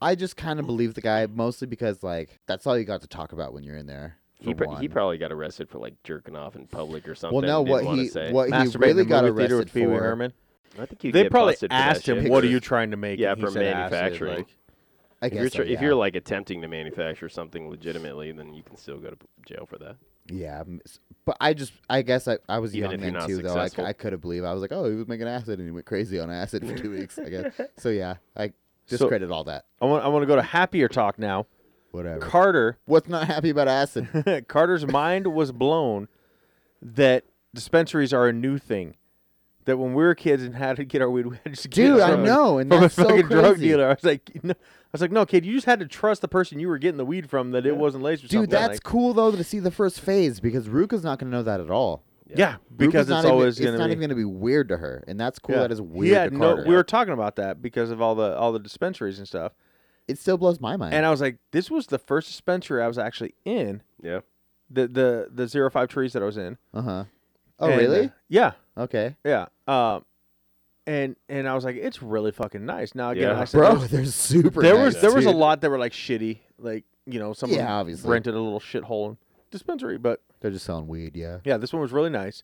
I just kind of believe the guy mostly because like that's all you got to talk about when you're in there. He, for pr- he one. probably got arrested for like jerking off in public or something. well, no, and didn't what wanna he say. what he Masturbating really in the got movie theater arrested with Pee Wee for. Herman. I think you'd They get probably busted for that asked him, shit. "What are Pictures. you trying to make?" Yeah, and he for said acid, manufacturing. like- I If guess you're, so, tr- yeah. if you're like attempting to manufacture something legitimately, then you can still go to p- jail for that. yeah, m- s- but I just I guess I, I was Even young if you're then not too though. I, c- successful. I couldn't believe I was like, oh, he was making acid and he went crazy on acid for two weeks. I guess so. Yeah, I discredit all that. I want I want to go to happier talk now. Whatever. Carter What's not happy about acid? Carter's mind was blown that dispensaries are a new thing. That when we were kids and had to get our weed, we had to get Dude, it I from a- know, and from that's a so fucking drug crazy. dealer. I was like, no, I was like, no, kid, you just had to trust the person you were getting the weed from that it wasn't laced or something. Dude, that's like, cool though to see the first phase because Ruka's not gonna know that at all. yeah, because Ruka's not it's even- always it's gonna not be. even gonna be weird to her, and that's cool. yeah. That is He weird. had to no- Carter. we were talking about that because of all the all the dispensaries and stuff, It still blows my mind. and I was like, this was the first dispensary I was actually in. Yeah. The the the zero five trees that I was in. Uh huh. Oh And, uh, really? yeah. Okay. Yeah. Um, and and I was like, it's really fucking nice. Now again, Yeah. I said, Bro, there was they're super. there was, nice, there was a dude. lot that were like shitty, like you know, someone Yeah, obviously. rented a little shithole dispensary, but They're just selling weed. Yeah. yeah, this one was really nice.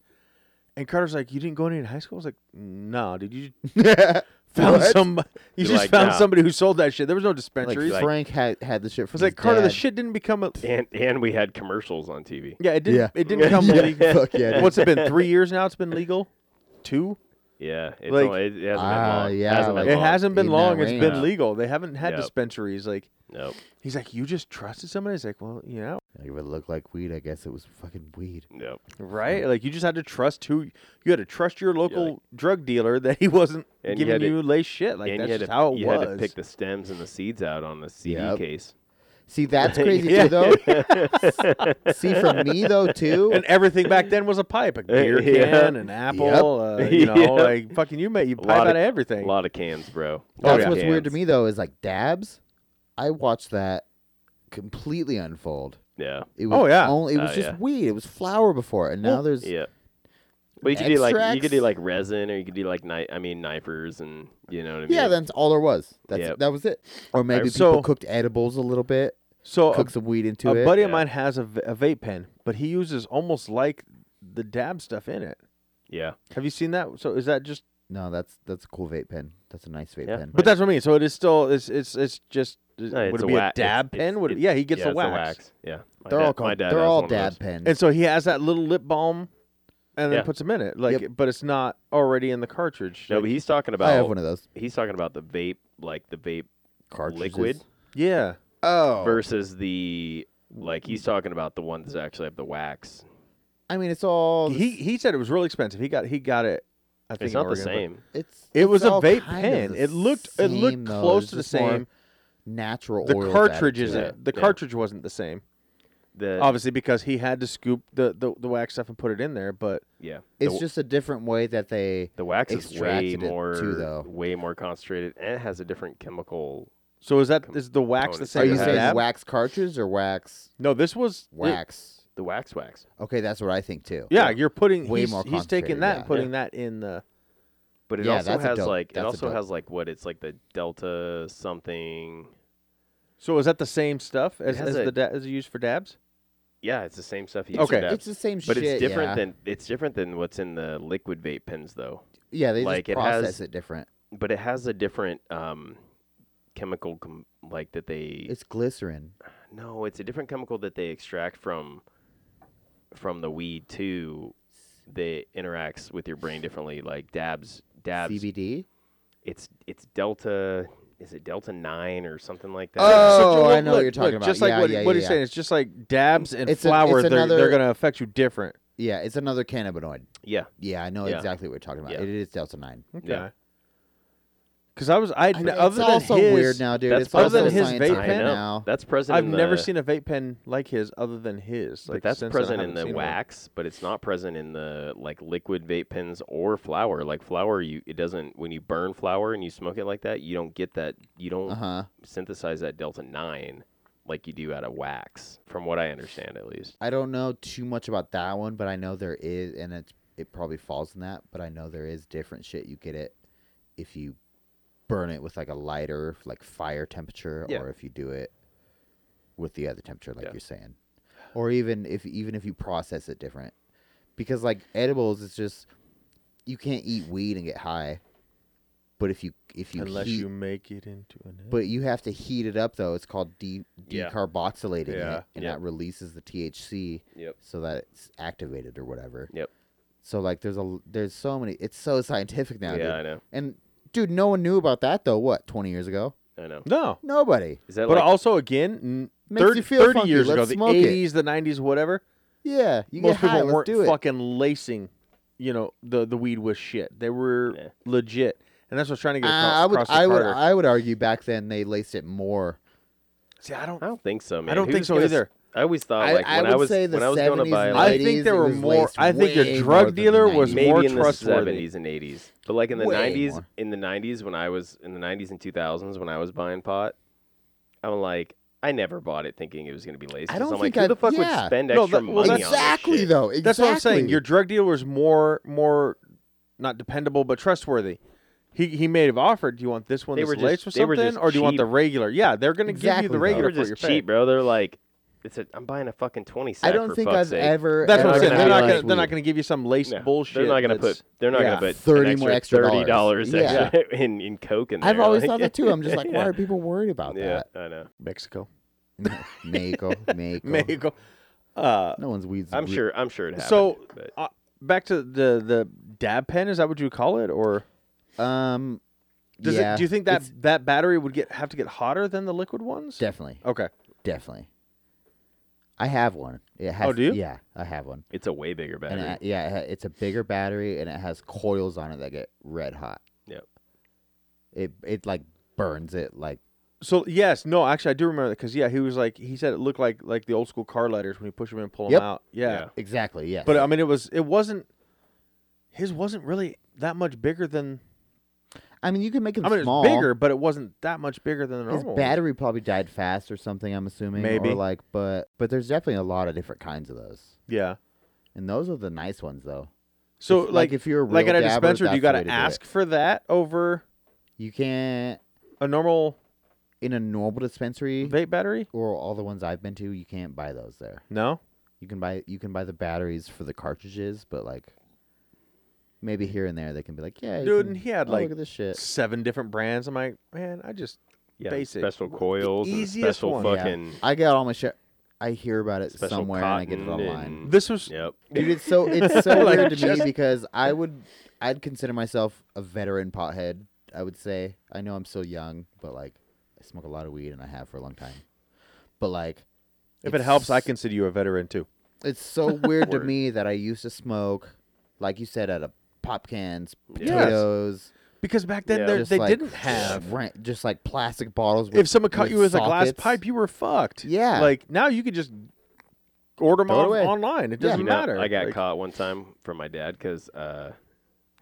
And Carter's like, you didn't go any in high school? I was like, no, nah, dude, you found What? some. You You're just like, found nah. somebody who sold that shit. There was no Like dispensaries. like- Frank had had the shit from it's like his Carter. The dad. shit didn't become a. and and we had commercials on TV. Yeah, it didn't. Yeah. It didn't come. Yeah, legal. fuck yeah, dude. What's it been? Three years now. It's been legal. Two. Yeah, it's Like- only, it hasn't been Ah, long. yeah, hasn't been like- It long. hasn't in been that long. It's range. been Yeah. legal. They haven't had Yep. dispensaries. Like Nope. he's like, you just trusted somebody. It's like, well, yeah, Like, If it looked like weed, I guess it was fucking weed. Nope. right. Like you just had to trust who. You had to trust your local drug dealer that he wasn't And you giving had to- you lay shit. Like and that's you had just to, how it you was. had to pick the stems and the seeds out on the CD Yep. case. See, that's crazy Yeah. too, though. See, for me though too. and everything back then was a pipe, a beer Yeah. can, an apple, uh, you know, Yep. like fucking you made you A pipe lot out of of- A everything. lot of cans, bro. Oh, That's Oh, yeah. what's weird to me though is like dabs. I watched that completely unfold. Yeah, It was Oh, yeah. only, it was Oh, just yeah. weed. It was flour before, and now Well, there's yeah. But you could do like you could Extracts? do like resin, or you could do like knife. I mean, knifers, and you know what I mean. yeah. That's all there was. That's Yep. that was it. Or maybe so- people cooked edibles a little bit, So a, cooked some weed into a it. buddy of Yeah. mine has a, v- a vape pen, but he uses almost like the dab stuff in it. yeah. Have you seen that? So is that just? No, that's that's a cool vape pen. That's a nice vape Yeah. pen. But that's what I mean. So it is still. It's it's it's just. would it's it a be wa- a dab it's- pen? it's- Would it- it's- yeah, he gets yeah, a it's wax. Yeah, my they're dad- all my called, dad they're has all one of those. dab pens. And so he has that little lip balm, and then Yeah. puts them in it. Like, but it's not already in the cartridge. No, Like, but he's talking about. I have one of those He's talking about the vape, like the vape cartridges. liquid yeah. Oh, versus the like. He's talking about the ones that actually have the wax. I mean, it's all He he said it was really expensive. He got he got it. I think It's in not the Oregon, but- same. It's It was it's a all vape kind of pen. the It looked- it looked same, though. close It's to the just more same. natural. the oils cartridge added to isn't it. the Yeah. cartridge wasn't the same The obviously because he had to scoop the, the the wax stuff and put it in there but yeah, It's the, just a different way that they. the wax is way extracted it more too, though. way more concentrated and it has a different chemical. so is that is the wax the Components. same Are you as the saying dab? wax cartridges or wax no this was it- wax? The wax wax. Okay, that's what I think too. yeah, you're putting Way he's, more he's concentrated, taking that yeah. and putting that in the But it Yeah, also that's a has dope- like it that's a also dope. has like what it's like the delta something. so is that the same stuff as, has as a- the da- as used for dabs Yeah, it's the same stuff you use for Okay. dabs. It's the same but shit. it's different yeah. than it's different than what's in the liquid vape pens though. yeah. They like, just it process has- it different. But it has a different um, chemical com- like that they It's glycerin. No, it's a different chemical that they extract from from the weed too. That interacts with your brain differently. Like dabs, dabs. CBD. It's it's delta. Is it delta nine or something like that? Oh, So- I know what look- you're talking look, about. just like Yeah, what, yeah, what yeah, he's yeah. saying it's just like dabs and It's a- flour it's they're, they're another- gonna affect you different Yeah, it's another cannabinoid. yeah, Yeah, I know Yeah. exactly what you're talking about. Yeah. It is delta nine. Yeah. because I was I, I mean, other it's than also his, weird now, dude. that's it's other also than his vape scientific pen? I know. now. that's present. I've in never the- seen a vape pen like his other than his But like that's since then, I present in haven't the seen one. wax, but it's not present in the like liquid vape pens or flour. Like flour, you it doesn't when you burn flour and you smoke it like that, you don't get that. You don't Uh-huh. Uh huh. synthesize that delta nine like you do out of wax, from what I understand at least. I don't know too much about that one, but I know there is, and it's it probably falls in that. But I know there is different shit you get it if you burn it with like a lighter, like fire temperature, Yeah. or if you do it with the other temperature, like Yeah. you're saying, or even if even if you process it different, because like edibles, it's just you can't eat weed and get high, but if you if you unless heat- you make it into an. but you have to heat it up though. It's called de- Yeah. decarboxylating Yeah. it, and Yep. that releases the THC Yep. so that it's activated or whatever. Yep. So like, there's a there's so many. It's so scientific now. Yeah, dude. I know. And dude, no one knew about that though. What, 20 years ago? I know. no, Nobody. Is that but like also again, n- Makes 30, you feel 30 funky, years let's ago, the smoke it. eighties, the nineties, whatever. Yeah, you most get high. people Let's weren't do it. fucking lacing, you know, the the weed with shit. They were Yeah. legit, and that's what I was trying Uh, to get across. I would, across to I would, Carter. I would argue back then they laced it more. See, I don't. I don't think so, man. don't think Who's so gonna either. s- I always thought I- Oh, like I when I would was say the when I was going to 70s buy and I like late think there 80s, it were was more. laced I think way your drug more than the dealer was 90s. more maybe in the trustworthy. seventies and eighties. But like in the Way nineties more. in the nineties when I was in the nineties and two thousands when I was buying pot, I'm like I never bought it thinking it was gonna be lazy. don't I'm think like, who I- the fuck yeah. would spend No, extra that- well, money on that's- this exactly shit? though. Exactly. That's what I'm saying. Your drug dealer was more more not dependable but trustworthy. He he may have offered, do you want this one They that's were just- laced with they were something, just or do you want the cheap. regular? Yeah, they're gonna give you Exactly, the though. regular They're for just your cheap, bro. They're like It's a. I'm buying a fucking twenty sack. I don't for think fuck's I've sake. ever. That's what not I'm saying. gonna They're be not like gonna they're we- not gonna give you some laced No, bullshit. They're not gonna that's- put. They're not Yeah. gonna put 30 an more extra extra thirty dollars dollars. Yeah. extra in in coke in there. I've always like- thought that too. I'm just like, why yeah. are people worried about Yeah, that? I know. Mexico. Mako, Mako. Mexico. Uh, No one's weeds. I'm re- sure. I'm sure it happened. so but uh, back to the the dab pen. Is that what you call it, or Um, does yeah, it? Do you think that it's- that battery would get have to get hotter than the liquid ones? definitely, Okay. definitely. I have one. It has. Oh, do you? Yeah, I have one. it's a way bigger battery. And it, yeah, it ha- it's a bigger battery and it has coils on it that get red hot. Yep. It it like burns it like So yes, no, actually I do remember that because yeah, he was like he said it looked like like the old school car letters when you push them in and pull Yep. them out. Yeah. Yeah. exactly yes. But um, I mean, it was it wasn't his wasn't really that much bigger than I mean, you can make them I mean small. it's bigger, but it wasn't that much bigger than the His normal. ones. battery probably died fast or something. I'm assuming. Maybe. Or like, but but there's definitely a lot of different kinds of those, Yeah. and those are the nice ones though. So If- like, like, if you're a like real at a dabber, dispenser, do that's you the got way to to do it. ask for that over You can't a normal in a normal dispensary vape battery? or all the ones I've been to. You can't buy those there. No. You can buy you can buy the batteries for the cartridges, but like maybe here and there they can be like, yeah, you Dude, can- and he had, oh, like, look at this shit. Seven different brands. I'm like, man, I just yeah, basic. special coils, and easiest special one. Yeah. fucking I get all my shit. I hear about it special somewhere and I get it cotton online. this was and- yep. Dude, it's so it's so Like, weird to just- me because I would I'd consider myself a veteran pothead. I would say I know I'm still young, but like I smoke a lot of weed and I have for a long time. But like, if it it's helps, I consider you a veteran too. It's so weird to Word. me that I used to smoke, like you said, out of pop cans, Yes. potatoes. Because back then Yeah. there just they like didn't have ra- just like plastic bottles. With, if someone caught you with a glass sockets. pipe, you were fucked. Yeah. Like now you could just order them Throw it off away. online. It Yeah. doesn't You know, matter. I got Like, caught one time from my dad because uh,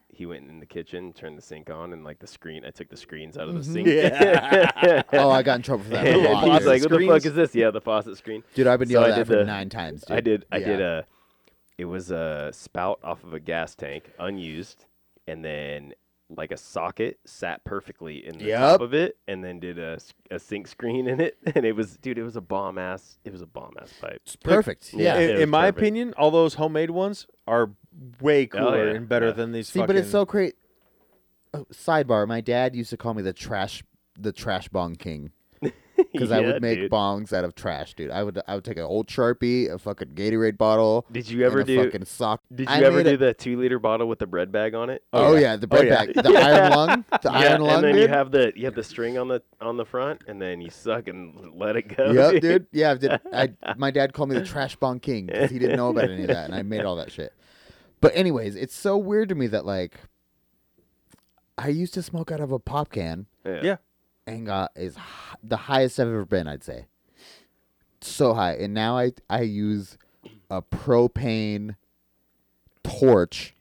he went in the kitchen, turned the sink on, and like the screen. I took the screens out of the sink. Mm-hmm. Yeah. oh, I got in trouble for that. for a And lot, he's dude. like, "What the fuck Screens? is this?" Yeah, the faucet screen. dude, I've been so I yelling did that for the- nine times. Dude. I did. I did Yeah. a. It was a spout off of a gas tank, unused, and then like a socket sat perfectly in the top Yep. of it, and then did a, s- a sink screen in it, and it was dude, it was a bomb ass. It was a bomb ass pipe. It's perfect. Yeah. Yeah. in, it was in my perfect. opinion, all those homemade ones are way Oh, cooler yeah. and better Yeah. than these. See, but it's fucking- so great. Oh, sidebar: My dad used to call me the trash, the trash bong king, because I Yeah, would make dude. bongs out of trash, dude. I would, I would take an old Sharpie, a fucking Gatorade bottle. Did you ever and a do? fucking sock? Did you I ever made do a- the two liter bottle with the bread bag on it? Oh, yeah. the bread yeah. bag, the iron lung, the iron lung, and then dude. you have the you have the string on the on the front, and then you suck and let it go. Yep, dude. Yeah, I did. I my dad called me the trash bong king because he didn't know about any of that, and I made all that shit. But anyways, it's so weird to me that like I used to smoke out of a pop can yeah. and got is h- the highest I've ever been. I'd say so high, and now I I use a propane torch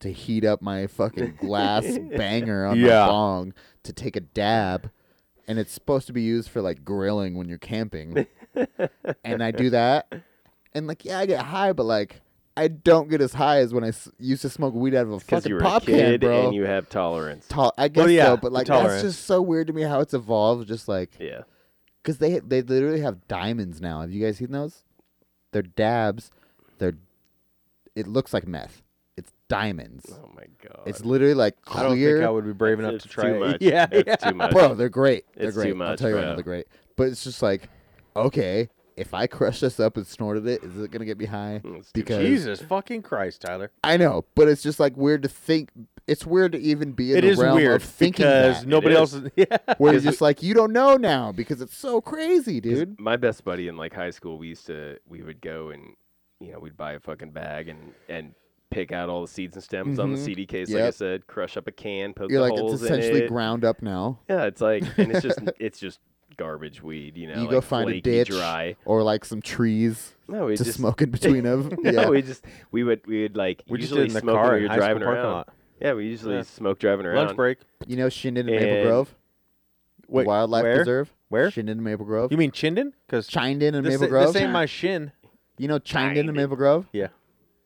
to heat up my fucking glass banger on Yeah. my bong to take a dab. And it's supposed to be used for like grilling when you're camping. and I do that. And like, yeah, I get high, but like, I don't get as high as when I s- used to smoke weed out of a Because fucking you were pop a kid can, bro. and you have tolerance. Tol- I guess yeah, so, the but like, tolerance. that's just so weird to me how it's evolved. Just like, yeah. because they they literally have diamonds now. Have you guys seen those? They're dabs. They're. It looks like meth. It's diamonds. Oh my god. It's literally like I don't think I clear. would be brave It's- enough to it's try too it. much. Yeah, It's yeah. too much. Bro, they're great. They're It's too great. I'll much, tell you right bro. now, they're great. But it's just like, okay, if I crush this up and snorted it, is it gonna get me high? Mm, it's too Because Jesus fucking Christ, Tyler. I know, but it's just like weird to think. It's weird to even be in It the is realm weird of thinking because that. nobody It else. Is, yeah. where you're just like you don't know now because it's so crazy, 'Cause dude. My best buddy in like high school, we used to we would go and you know we'd buy a fucking bag and and pick out all the seeds and stems on the Mhm. CD case, like I Yep. said, crush up a can, poke You're the like holes it's in essentially it. ground up now. yeah, it's like and it's just it's just garbage weed, you know. you like go find flaky, a ditch dry. or like some trees No, we to just smoke in between of. no, yeah. we just we would we would like We just usually did in the smoke car when in we were high school driving parking around. lot. Yeah, we usually Yeah. smoke driving around. Lunch break. you know Shinden and Maple And- Grove, Wait, wildlife where? preserve. Where? Shinden and Maple Grove. You mean Chinden? Because Chindon and this, Maple this Grove. ain't my shin. you know Chindon Chindon. and Maple Grove. Yeah.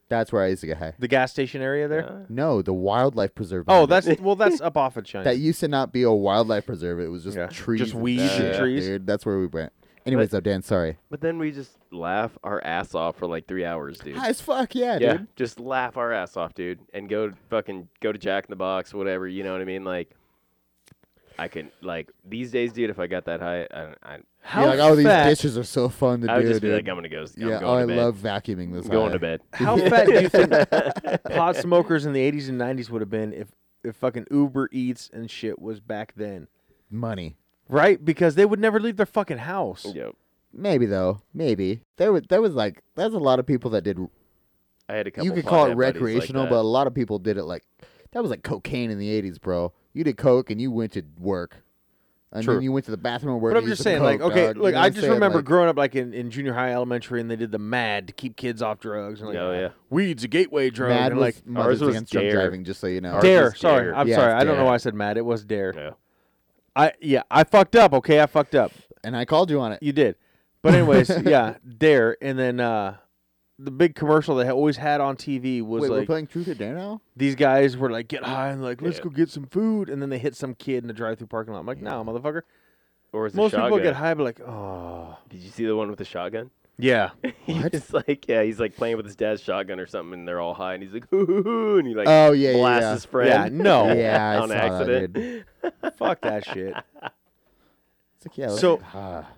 That's where I used to get high. The gas station area there. Uh, No, the wildlife preserve. Oh, behind it. that's well, that's up off of China. that used to not be a wildlife preserve. It was just Yeah, trees, just and weeds and shit, trees. Dude, that's where we went. Anyways, though, Dan, sorry. but then we just laugh our ass off for like three hours, dude. High as fuck, yeah, yeah, dude. just laugh our ass off, dude, and go to fucking go to Jack in the Box, whatever. You know what I mean? Like, I can like these days, dude. If I got that high, I, I, how yeah, like all these fat- dishes are so fun to I would do, just be dude. like, I'm gonna go. I'm yeah, going oh, I to bed. love vacuuming this. I'm going high. to bed. How fat do you think pot smokers in the 80s and 90s would have been if if fucking Uber Eats and shit was back then? Money, Right? Because they would never leave their fucking house. Yep. maybe though, maybe there was there was like there's a lot of people that did. I had a couple. You could call it pothead buddies like recreational, that. but a lot of people did it like that was like cocaine in the '80s, bro. You did coke and you went to work, and True. then you went to the bathroom and work. But I'm and you just did saying, coke, like, dog. okay, "Oh, You look, know what I I'm just saying? remember Like, growing up, like, in, in junior high, elementary, and they did the MAD to keep kids off drugs. And, like, Oh, yeah. Weed's a gateway drug. Mad and, was like, Mothers was against drunk Dare. driving, just so you know. Ours dare. was Sorry. Dare. I'm Yeah, sorry. it's I don't know Dare. why I said MAD. It was dare. Yeah. I Yeah, I fucked up, okay? I fucked up. and I called you on it. You did. But anyways, yeah, dare. And then uh, the big commercial they always had on TV was Wait, like we're playing Truth or Dare now? these guys were like, get high and like, let's Yeah. go get some food. And then they hit some kid in the drive through parking lot. I'm like, nah, motherfucker. Or is it Most people shotgun? get high, but like, oh. Did you see the one with the shotgun? Yeah. He's like, yeah, he's like playing with his dad's shotgun or something, and they're all high, and he's like, hoo hoo, hoo, and he like Oh, yeah, yeah, blasts yeah. his friend. Yeah, no. Yeah, I on saw that, accident. Fuck that shit. It's like, yeah. let's- So- ah.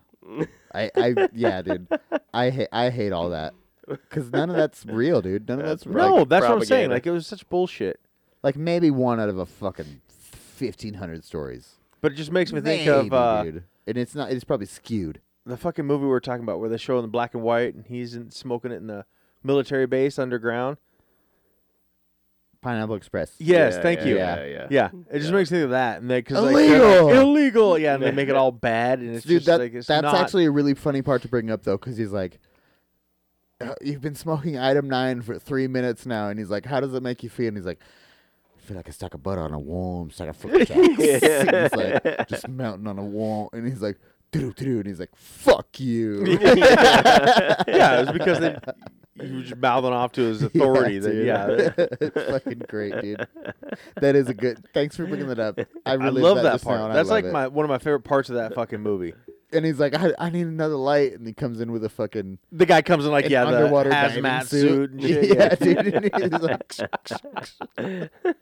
I, I, yeah, dude. I hate, I hate all that because none of that's real, dude. None of that's real. no, that's what I'm saying. propaganda. Like, it was such bullshit. Like maybe one out of a fucking fifteen hundred stories. But it just makes me maybe, think of uh, dude. And it's not. It's probably skewed. the fucking movie we were talking about where they show in the black and white and he's in, smoking it in the military base underground. Pineapple Express. Yes, Yeah, thank yeah, you. yeah, yeah. yeah. It just Yeah. makes me think of that. And they, cause like, they're like, Illegal! illegal. Yeah, and they make it all bad. And it's dude. just that, like, it's that's not- actually a really funny part to bring up though, because he's like. "Uh, You've been smoking item nine for three minutes now, and he's like, "How does it make you feel?" And he's like, "I feel like a stack of butter on a warm stack of fucking he's like, "Just melting on a wall," and he's like, "Doo doo," and he's like, "Fuck you." yeah, it was because they, you were just mouthing off to his authority. that, dude. yeah, that- it's fucking great, dude. That is a good. Thanks for bringing that up. I I really love that just now, part. and I That's love like it. my one of my favorite parts of that fucking movie. And he's like, I, I need another light, and he comes in with a fucking The guy comes in like an yeah, the underwater hazmat diving suit. and shit. yeah, Yeah. dude. And he's like,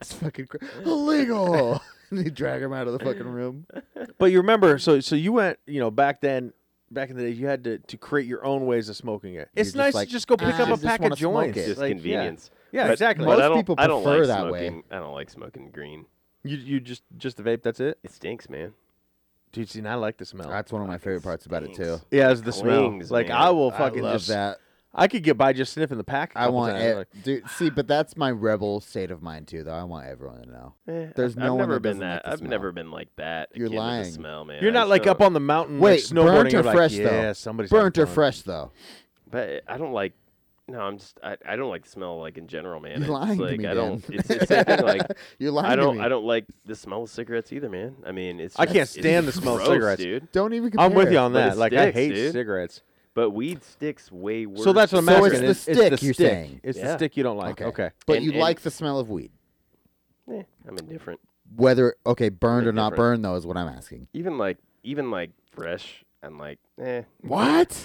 it's fucking cra- illegal. and they drag him out of the fucking room. But you remember, so so you went, you know, back then, back in the day, you had to, to create your own ways of smoking it. it's just nice like, to just go pick "Ah, up I a just pack wanna of smoke joints. it." just Like, yeah. convenience. Yeah, But- exactly. But Most I don't, people I don't prefer like that way. smoking, I don't like smoking green. you you just just the vape. That's it, It stinks, man. dude. See, and I like the smell. That's one of my favorite parts about it too. Stinks. yeah, it's the Clings, smell. Like man. I will I fucking love just, that. I could get by just sniffing the pack. a I couple want e- times, it, like- dude. See, but that's my rebel state of mind too, though. I want everyone to know. There's no Eh, I've one never that been doesn't like that. the I've smell. never been like that. You're akin to the lying. smell, man. You're I not just like don't- up on the mountain like, Wait, snowboarding. burnt you're or like, fresh yeah, though? somebody's got Burnt or fun." fresh though? But I don't like. No, I'm just. I, I don't like the smell like in general, man. You're It's lying to like, me, I don't. Dan. It's, it's same thing, like You're lying I don't. to me. I don't like the smell of cigarettes either, man. I mean, it's. I just- can't it's stand the smell of gross, cigarettes. dude. Don't even. Compare. I'm with you on But that. it Like I sticks, hate dude. cigarettes. But weed sticks way worse. So that's what I'm So it's asking. the stick you're stick. saying. It's the Yeah. stick you don't like. Okay. But And- you and- like the smell of weed, Eh, I'm indifferent. whether okay burned or not Different. burned though is what I'm asking. Even like even like fresh. I'm like, eh, What?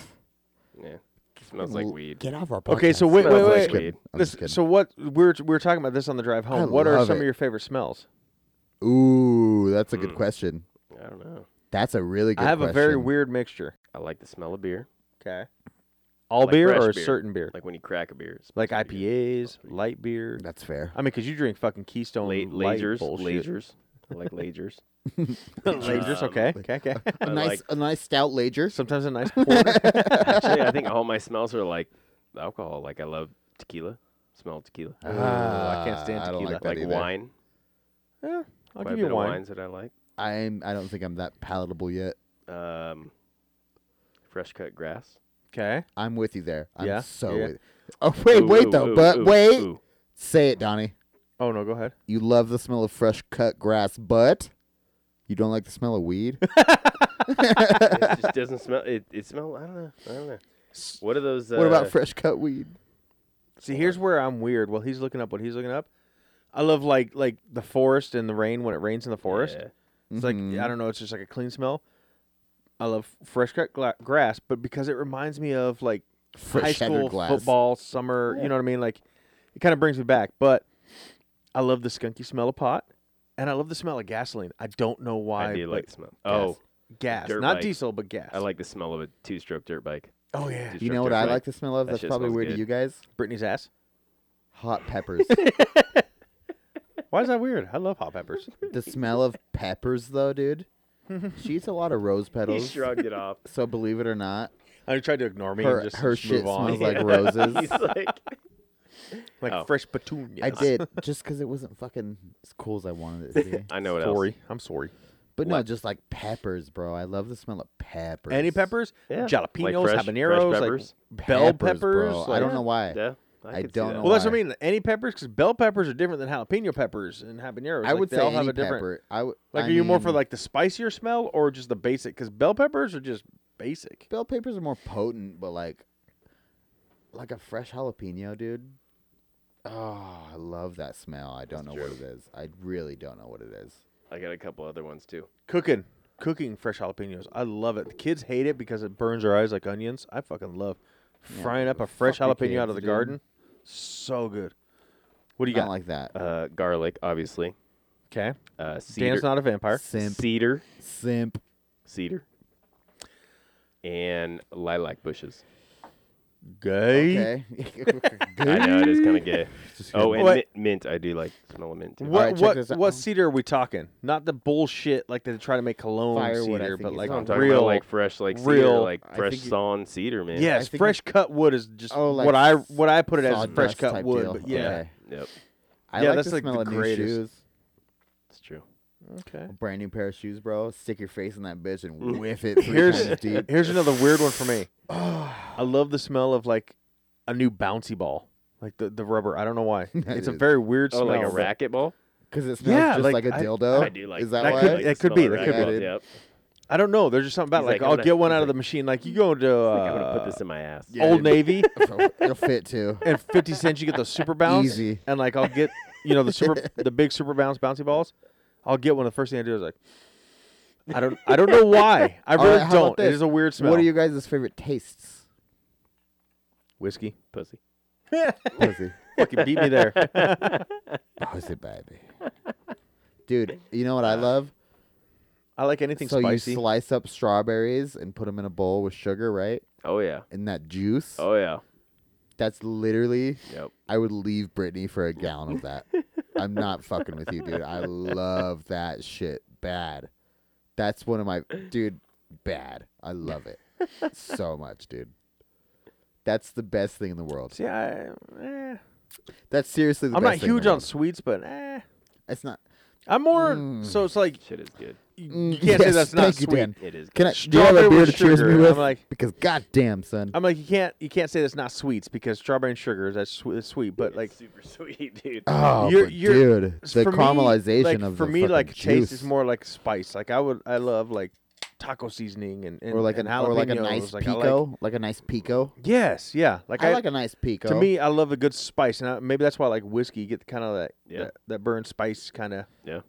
yeah. Smells like weed. Get off our. Podcast. Okay, so wait, Smells wait, I'm just wait. like weed. kidding. I'm just This- kidding. so what we're we're talking about this on the drive home. I what are love some it. of your favorite smells? Ooh, that's Hmm. a good question. I don't know. That's a really good. I have a very question. weird mixture. I like the smell of beer. Okay. All Like beer fresh or a beer. certain beer? Like when you crack a beer. it Like, smells pretty good. IPAs, light beer. That's fair. I mean, because you drink fucking Keystone La- light lasers, bullshit. lasers. I like lasers. Lasers, okay, okay, okay. A I nice, like- a nice stout lager. Sometimes a nice porter. Actually, I think all my smells are like alcohol. Like I love tequila. Smell of tequila. Ooh, I can't stand Ah, I don't tequila. like that like either. wine. Yeah, I'll Quite a give you bit of wine. wines that I like. I'm. I don't think I'm that palatable yet. Um, fresh cut grass. Okay. I'm with you there. I'm Yeah? so Yeah. with. Oh wait, Ooh, wait ooh, though. ooh, but ooh, wait, ooh. say it, Donnie. Oh no, go ahead. You love the smell of fresh cut grass, but you don't like the smell of weed. it just doesn't smell. It, it smells. I don't know. I don't know. What are those? Uh, What about fresh cut weed? See, here's where I'm weird. While he's looking up what he's looking up, I love like like the forest and the rain when it rains in the forest. Yeah. It's like I don't know. It's just like a clean smell. I love fresh cut gla- grass, but because it reminds me of like high Fresh school glass. football summer. You know what I mean? Like it kind of brings me back. But I love the skunky smell of pot, and I love the smell of gasoline. I don't know why. I do but like the smell. Oh, gas, dirt not bike. diesel, but gas. I like the smell of a two-stroke dirt bike. Oh yeah, Two-stroke You know what dirt I bike. like the smell of? That That's shit probably smells weird to good. you guys. Brittany's ass. Hot peppers. Why is that weird? I love hot peppers. the smell of peppers, though, dude. She eats a lot of rose He petals. shrugged it off. So believe it or not, I tried to ignore me her, and just her just shit move on. smells like roses. He's like, like Oh. fresh petunias. I did just because it wasn't fucking as cool as I wanted it to be. I know what sorry, else. I'm sorry. But no, just like peppers, bro. I love the smell of peppers. Any peppers? Yeah. Jalapenos, Like fresh- fresh habaneros, peppers? like bell Peppers, peppers. bro. I like- don't know why. Yeah, I, I could see don't that. know Well, that's what I why. mean. Any peppers, because bell peppers are different than jalapeno peppers and habaneros. I Like, would they say all any have a different. pepper. I would Like, I are you more for mean, like the spicier smell or just the basic? Because bell peppers are just basic. bell peppers are more potent, but like like a fresh jalapeno, dude. Oh, I love that smell. I don't know what it is. I really don't know what it is. I got a couple other ones too. Cooking, cooking fresh jalapenos. I love it. The kids hate it because it burns their eyes like onions. I fucking love frying up a fresh fuck jalapeno the out kids, of the dude. garden. So good. What I do you don't got? like that. Uh, garlic, obviously. okay, Uh, cedar, Dan's not a vampire. Simp. cedar, Simp. cedar, and lilac bushes. Gay. Okay. I know it is kind of gay. oh, and What? mi- mint. I do like the smell of mint. Too. What Alright, check this what out. what cedar are we talking? Not the bullshit like they try to make cologne Firewood, I cedar, think but it's like called. I'm talking real about like fresh, like cedar, real- like I fresh think you- sawn cedar, man. I yes, think fresh cut wood is just Oh, like what I what I put it as is Sawdust fresh cut type wood, deal. but yeah. Okay. Yep, I Yeah, like that's, the like, the smell of new greatest. shoes. it's true. Okay. A brand new pair of shoes, bro. Stick your face in that bitch and whiff it. three times Mm. Here's deep. here's another weird one for me. I love the smell of like a new bouncy ball. Like the, the rubber. I don't know why. it's a is- very weird Oh, smell. like a but- racquetball. Because it smells Yeah, just like, like, a I- dildo. I do like Oh, Is that, that why? could- I like that the could smell be, of that could be. racquetball. Yep. I don't know. There's just something about He's like, like, I'm I'll gonna- get one he's out of the machine. Like you go to uh, Like, I'm gonna put this in my ass. Yeah, Old dude. Navy It'll fit too. and 50 cents you get the super bounce Easy. and like i'll get you know the super the big super bounce bouncy balls i'll get one the first thing i do is like i don't i don't know why i All really right, how about don't it this? is a weird smell What are you guys' favorite tastes? whiskey Pussy. Pussy. fucking beat me there Pussy, baby. Dude, you know what I love? i like anything so spicy you slice up strawberries and put them in a bowl with sugar, right? Oh yeah. And that juice. Oh yeah. That's literally. Yep. I would leave Brittany for a gallon of that. I'm not fucking with you, dude. I love that shit bad. That's one of my dude bad. I love it so much, dude. That's the best thing in the world. See, I, eh. That's seriously the i'm best not thing in the huge on world. sweets but eh. It's not. i'm more so it's like Shit is you can't good. say Mm. Yes, that's not thank you, sweet Dan. It is. Good. Can I? Do you have a Strawberry beer with to cheers sugar. me with? I'm like- because goddamn, son. i'm like you can't you can't say that's not sweets because strawberry and sugar that's sweet, that's sweet but like Uh-huh. super sweet, dude. oh, you're- but you're- dude, S- the for me, caramelization like, of for the me fucking like juice taste is more like spice. Like I would I love like taco seasoning and, and or like and an or like a jalapenos. nice Like, I like- pico, like, a nice pico. yes, yeah. Like I, I like a nice pico. to me I love a good spice and I, maybe that's why I like whiskey. You get kind of that, Yeah. that that burn spice kind of. Yeah.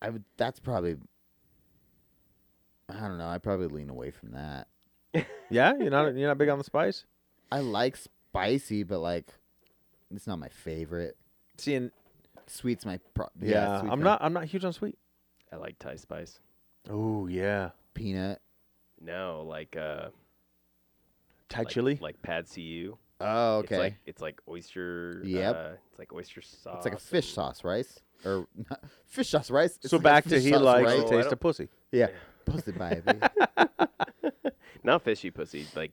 I would, that's probably. I don't know. I probably lean away from that. Yeah, you're not you're not big on the spice. I like spicy, but like, it's not my favorite. See, and Sweet's my pro- yeah, sweet's I'm my not I'm not huge on sweet. I like Thai spice. Oh yeah, peanut. No, like uh, Thai like, chili. like pad see ew. Oh, okay. It's like it's like oyster. Yep. Uh, it's like oyster sauce. It's like a fish sauce rice or not, fish sauce rice. It's uh, so like a back to fish he sauce likes rice. the Oh, I taste don't- of pussy. yeah, pussy baby. and- Not fishy pussy. Like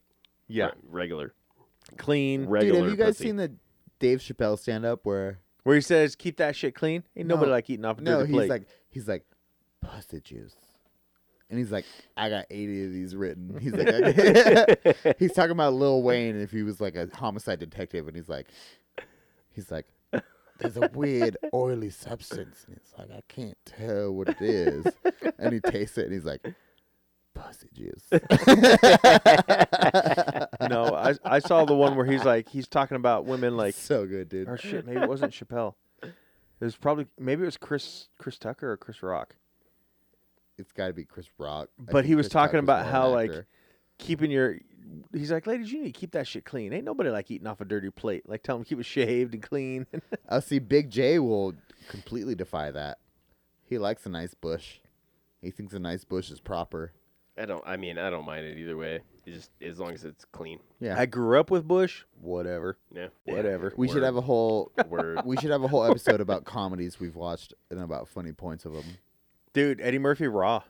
Yeah, re- regular. clean. Regular. Dude, have you guys pussy. seen the Dave Chappelle stand up where? Where he says keep that shit clean. Ain't nobody No. like eating off a No, dirty he's plate. like he's like pussy juice. And he's like, I got eighty of these written. He's like, I- he's talking about Lil Wayne if he was like a homicide detective, and he's like, he's like, there's a weird oily substance, and it's like I can't tell what it is. And he tastes it, and he's like, pussy juice. no, I I saw the one where he's like he's talking about women like so good, dude. or shit. Maybe it wasn't Chappelle. It was probably maybe it was Chris Chris Tucker or Chris Rock. It's got to be Chris Rock. I But think he was Chris talking Tucker's about more how an like actor. keeping your. He's like, ladies, you need to keep that shit clean. Ain't nobody like eating off a dirty plate. Like, tell them keep it shaved and clean. I Uh, see Big J will completely defy that. He likes a nice bush. He thinks a nice bush is proper. I don't. I mean, I don't mind it either way. It's just as long as it's clean. Yeah, I grew up with Bush. Whatever. Yeah. Whatever. we should have a whole Word. we should have a whole episode about comedies we've watched and about funny points of them. Dude, Eddie Murphy Raw.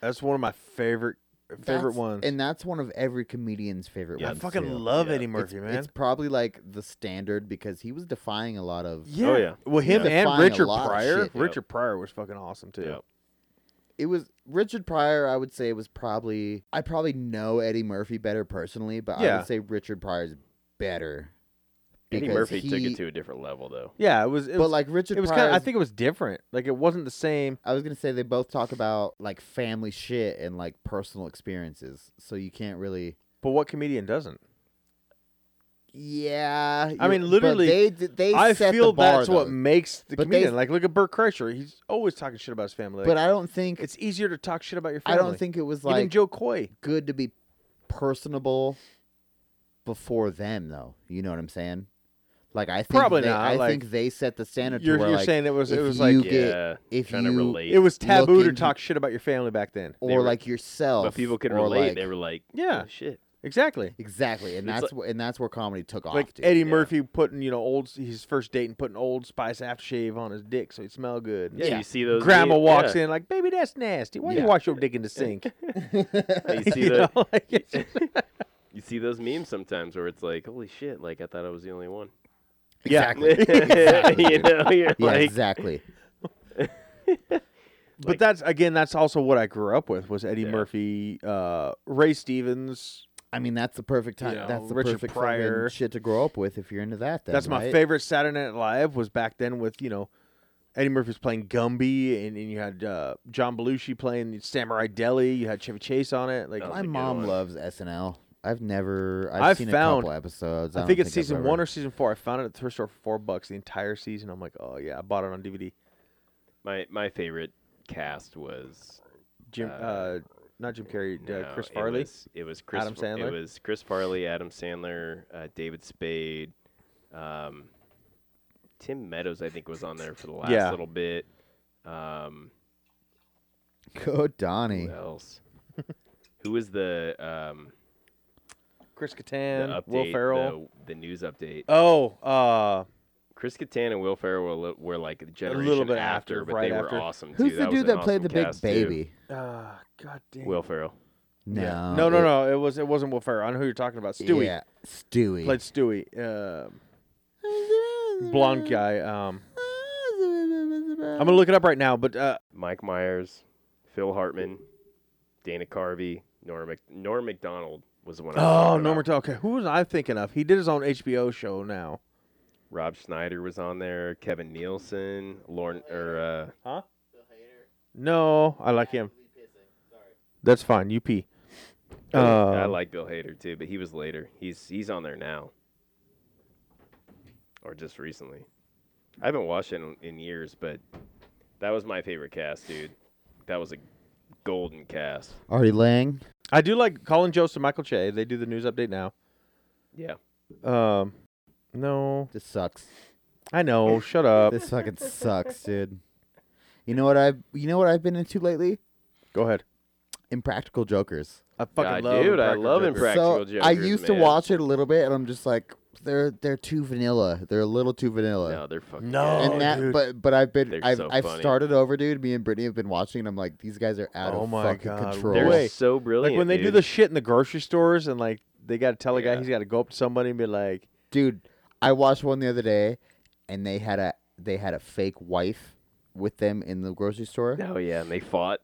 That's one of my favorite favorite That's- ones. and that's one of every comedian's favorite Yeah, I ones. fucking too. love Yeah. Eddie It's- Murphy, man. It's probably like the standard because he was defying a lot of. yeah. Oh, yeah. Well, him Yeah. and Defying a Richard lot of Pryor. shit. Richard Pryor was fucking awesome too. Yep. It was Richard Pryor. I would say was probably I probably know Eddie Murphy better personally, but I Yeah. would say Richard Pryor's better. Eddie because Murphy took he- it to a different level, though. Yeah, it was. It But was, like Richard it was Pryor, kind. of I think it was different. Like it wasn't the same. I was gonna say they both talk about like family shit and like personal experiences, so you can't really. But what comedian doesn't? Yeah, I you- mean, but literally, they d- they I set feel the bar, that's what though. makes the But they- comedian. like look at Burt Kreischer. He's always talking shit about his family. but Like, I don't think it's easier to talk shit about your I family. don't think it was even like Joe Coy. good to be personable before them, though. You know what I'm saying? Like I think Probably they, not, I like, think they set the standard. to You're, where, you're like, saying it was. It if was like you get- yeah, if trying you- to relate. it was taboo to looking- talk shit about your family back then. or they were- like yourself, but people could or, relate. like- they were like, Yeah. "Oh, shit. Exactly. exactly, and It's that's wh- and that's where comedy took off. like dude. Eddie yeah. Murphy putting you know old his first date and putting Old Spice aftershave on his dick so he smell good. Yeah, you see those. Grandma memes- walks yeah. in like, baby, that's nasty. Why Yeah. you wash your dick in the sink? You see You the, know, like, it's- You see those memes sometimes where it's like, "Holy shit!" Like I thought I was the only one. exactly. you know, you're Yeah, like, exactly. but that's again, that's also what I grew up with was Eddie Yeah. Murphy, uh, Ray Stevens. I mean, that's the perfect time. You know, that's the Richard perfect Pryor. fucking shit to grow up with if you're into that. Then, that's my right? favorite Saturday Night Live was back then with you know Eddie Murphy's playing Gumby and, and you had uh, John Belushi playing Samurai Deli. You had Chevy Chase on it. Like Oh, I, That's My a good mom one. loves SNL. I've never. I've, I've seen found- a couple episodes. I, think don't it's I've season ever- one or season four. I found it at the thrift store for four bucks the entire season. I'm like, oh yeah, I bought it on DVD. my my favorite cast was Jim, uh, Uh, not Jim Carrey, no, uh, Chris it Farley. was- It was, Chris. Adam Fa- Sandler? It was Chris Farley, Adam Sandler, uh, David Spade, um, Tim Meadows. I think was on there for the last Yeah. little bit. Um, Go Donnie. who else? who was the um, Chris the Kattan, update? Will Ferrell. The, the news update. Oh, uh, Chris Kattan and Will Ferrell were, li- were like a generation bit after, after, but right they after. were awesome too. Who's the was dude an that played awesome the big cast, too. baby? uh, god damn. Will Ferrell. No, Yeah. no, no, it- no. It was it wasn't Will Ferrell. I know who you're talking about. Stewie Yeah, Stewie. played Stewie, um, blonde guy. Um, I'm gonna look it up right now, but uh, Mike Myers, Phil Hartman, Dana Carvey, Norm Mac- Norm McDonald was the one. I was oh, talking Norm about. Macdonald. Okay, who was I thinking of? He did his own HBO show now. Rob Schneider was on there. Kevin Nielsen, Lauren or uh, No, I like him. That's fine. You pee. Uh, I like Bill Hader too, but he was later. He's he's on there now, or just recently. I haven't watched it in, in years, but that was my favorite cast, dude. That was a golden cast. Artie Lang. I do like Colin Jost and Michael Che. They do the news update now. Yeah, Um, no, This sucks. I know. shut up. This fucking sucks, dude. You know what I've you know what I've been into lately? Go ahead. Impractical Jokers. I fucking I love. do, I Impractical love Jokers. Impractical- so I Jokers, used to man. watch it a little bit, and I'm just like, they're they're too vanilla. They're a little too vanilla. no, they're fucking No. good. and that, dude. but but I've been Oh, They're I've so I've funny. started over, dude. Me and Brittany have been watching, and I'm like, these guys are out Oh of my fucking God, control. they're Wait. so brilliant. Like when they do dude. the shit in the grocery stores and like they got to tell a guy Yeah. he's got to go up to somebody and be like, dude. I watched one the other day, and they had a they had a fake wife with them in the grocery store. Oh yeah, and they fought.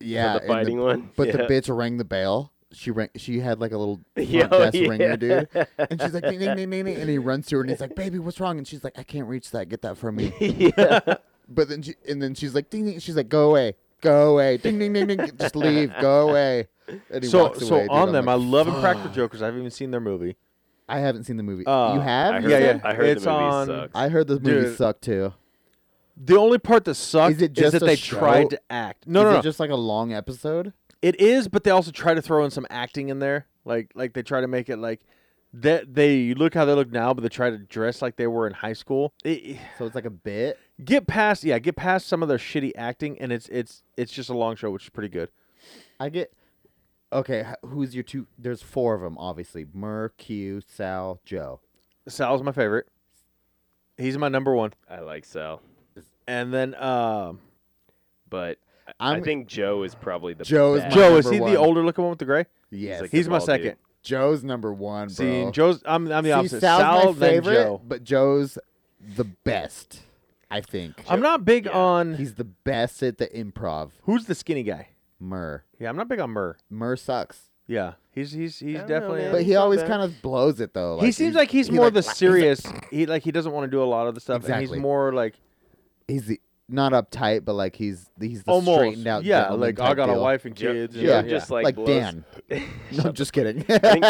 Yeah, the and fighting one. But the Yeah. bitch rang the bell. She rang. She had like a little front Yeah, oh, desk ringer, dude. yeah. And she's like, ding, ding, ding, ding, ding," and he runs to her and he's like, "Baby, what's wrong?" And she's like, "I can't reach that. Get that for me." yeah. But then she and then she's like, "Ding, ding." She's like, "Go away, go away." Ding, ding, ding, ding. Just leave. Go away. And he so walks so away, dude. on I'm them, like, I love Impractical Jokers. I haven't even seen their movie. I haven't seen the movie. Uh, you have? I you heard, Yeah, said? yeah. I heard It's the movie on- sucks. I heard this movie Dude. sucked too. The only part that sucked Is it just that a they show? tried to act. No, Is no, it no. just like a long episode? It is, but they also try to throw in some acting in there. Like like they try to make it like that they you look how they look now, but they try to dress like they were in high school. It- So it's like a bit. get past yeah, get past some of their shitty acting and it's it's it's just a long show which is pretty good. I get. Okay, h- who's your two? There's four of them, obviously. Mer, Q, Sal, Joe. Sal's my favorite. He's my number one. I like Sal, And then um but I- I I'm- think Joe is probably the Joe is best. My Joe, is number he one. the older looking one with the gray? Yes. like- He's my Small dude. second. Joe's number one, bro. See, Joe's I'm I'm the See, opposite. Sal's Sal my favorite, then Joe. but Joe's the best, I think. I'm not big yeah. on He's the best at the improv. who's the skinny guy. Murr. Yeah, I'm not big on Murr. Murr sucks. Yeah, he's he's he's I don't know, definitely. man. But he's he not always bad. kind of blows it though. he seems like he's he more like the la- he's serious. he like he doesn't want to do a lot of the stuff, and Exactly. he's more like he's the, not uptight, but like he's he's the almost straightened out. yeah, gentleman like I type got deal. a wife and Joe- kids. Joe and- Yeah, just like, like blows. Dan. No, I'm just kidding. I think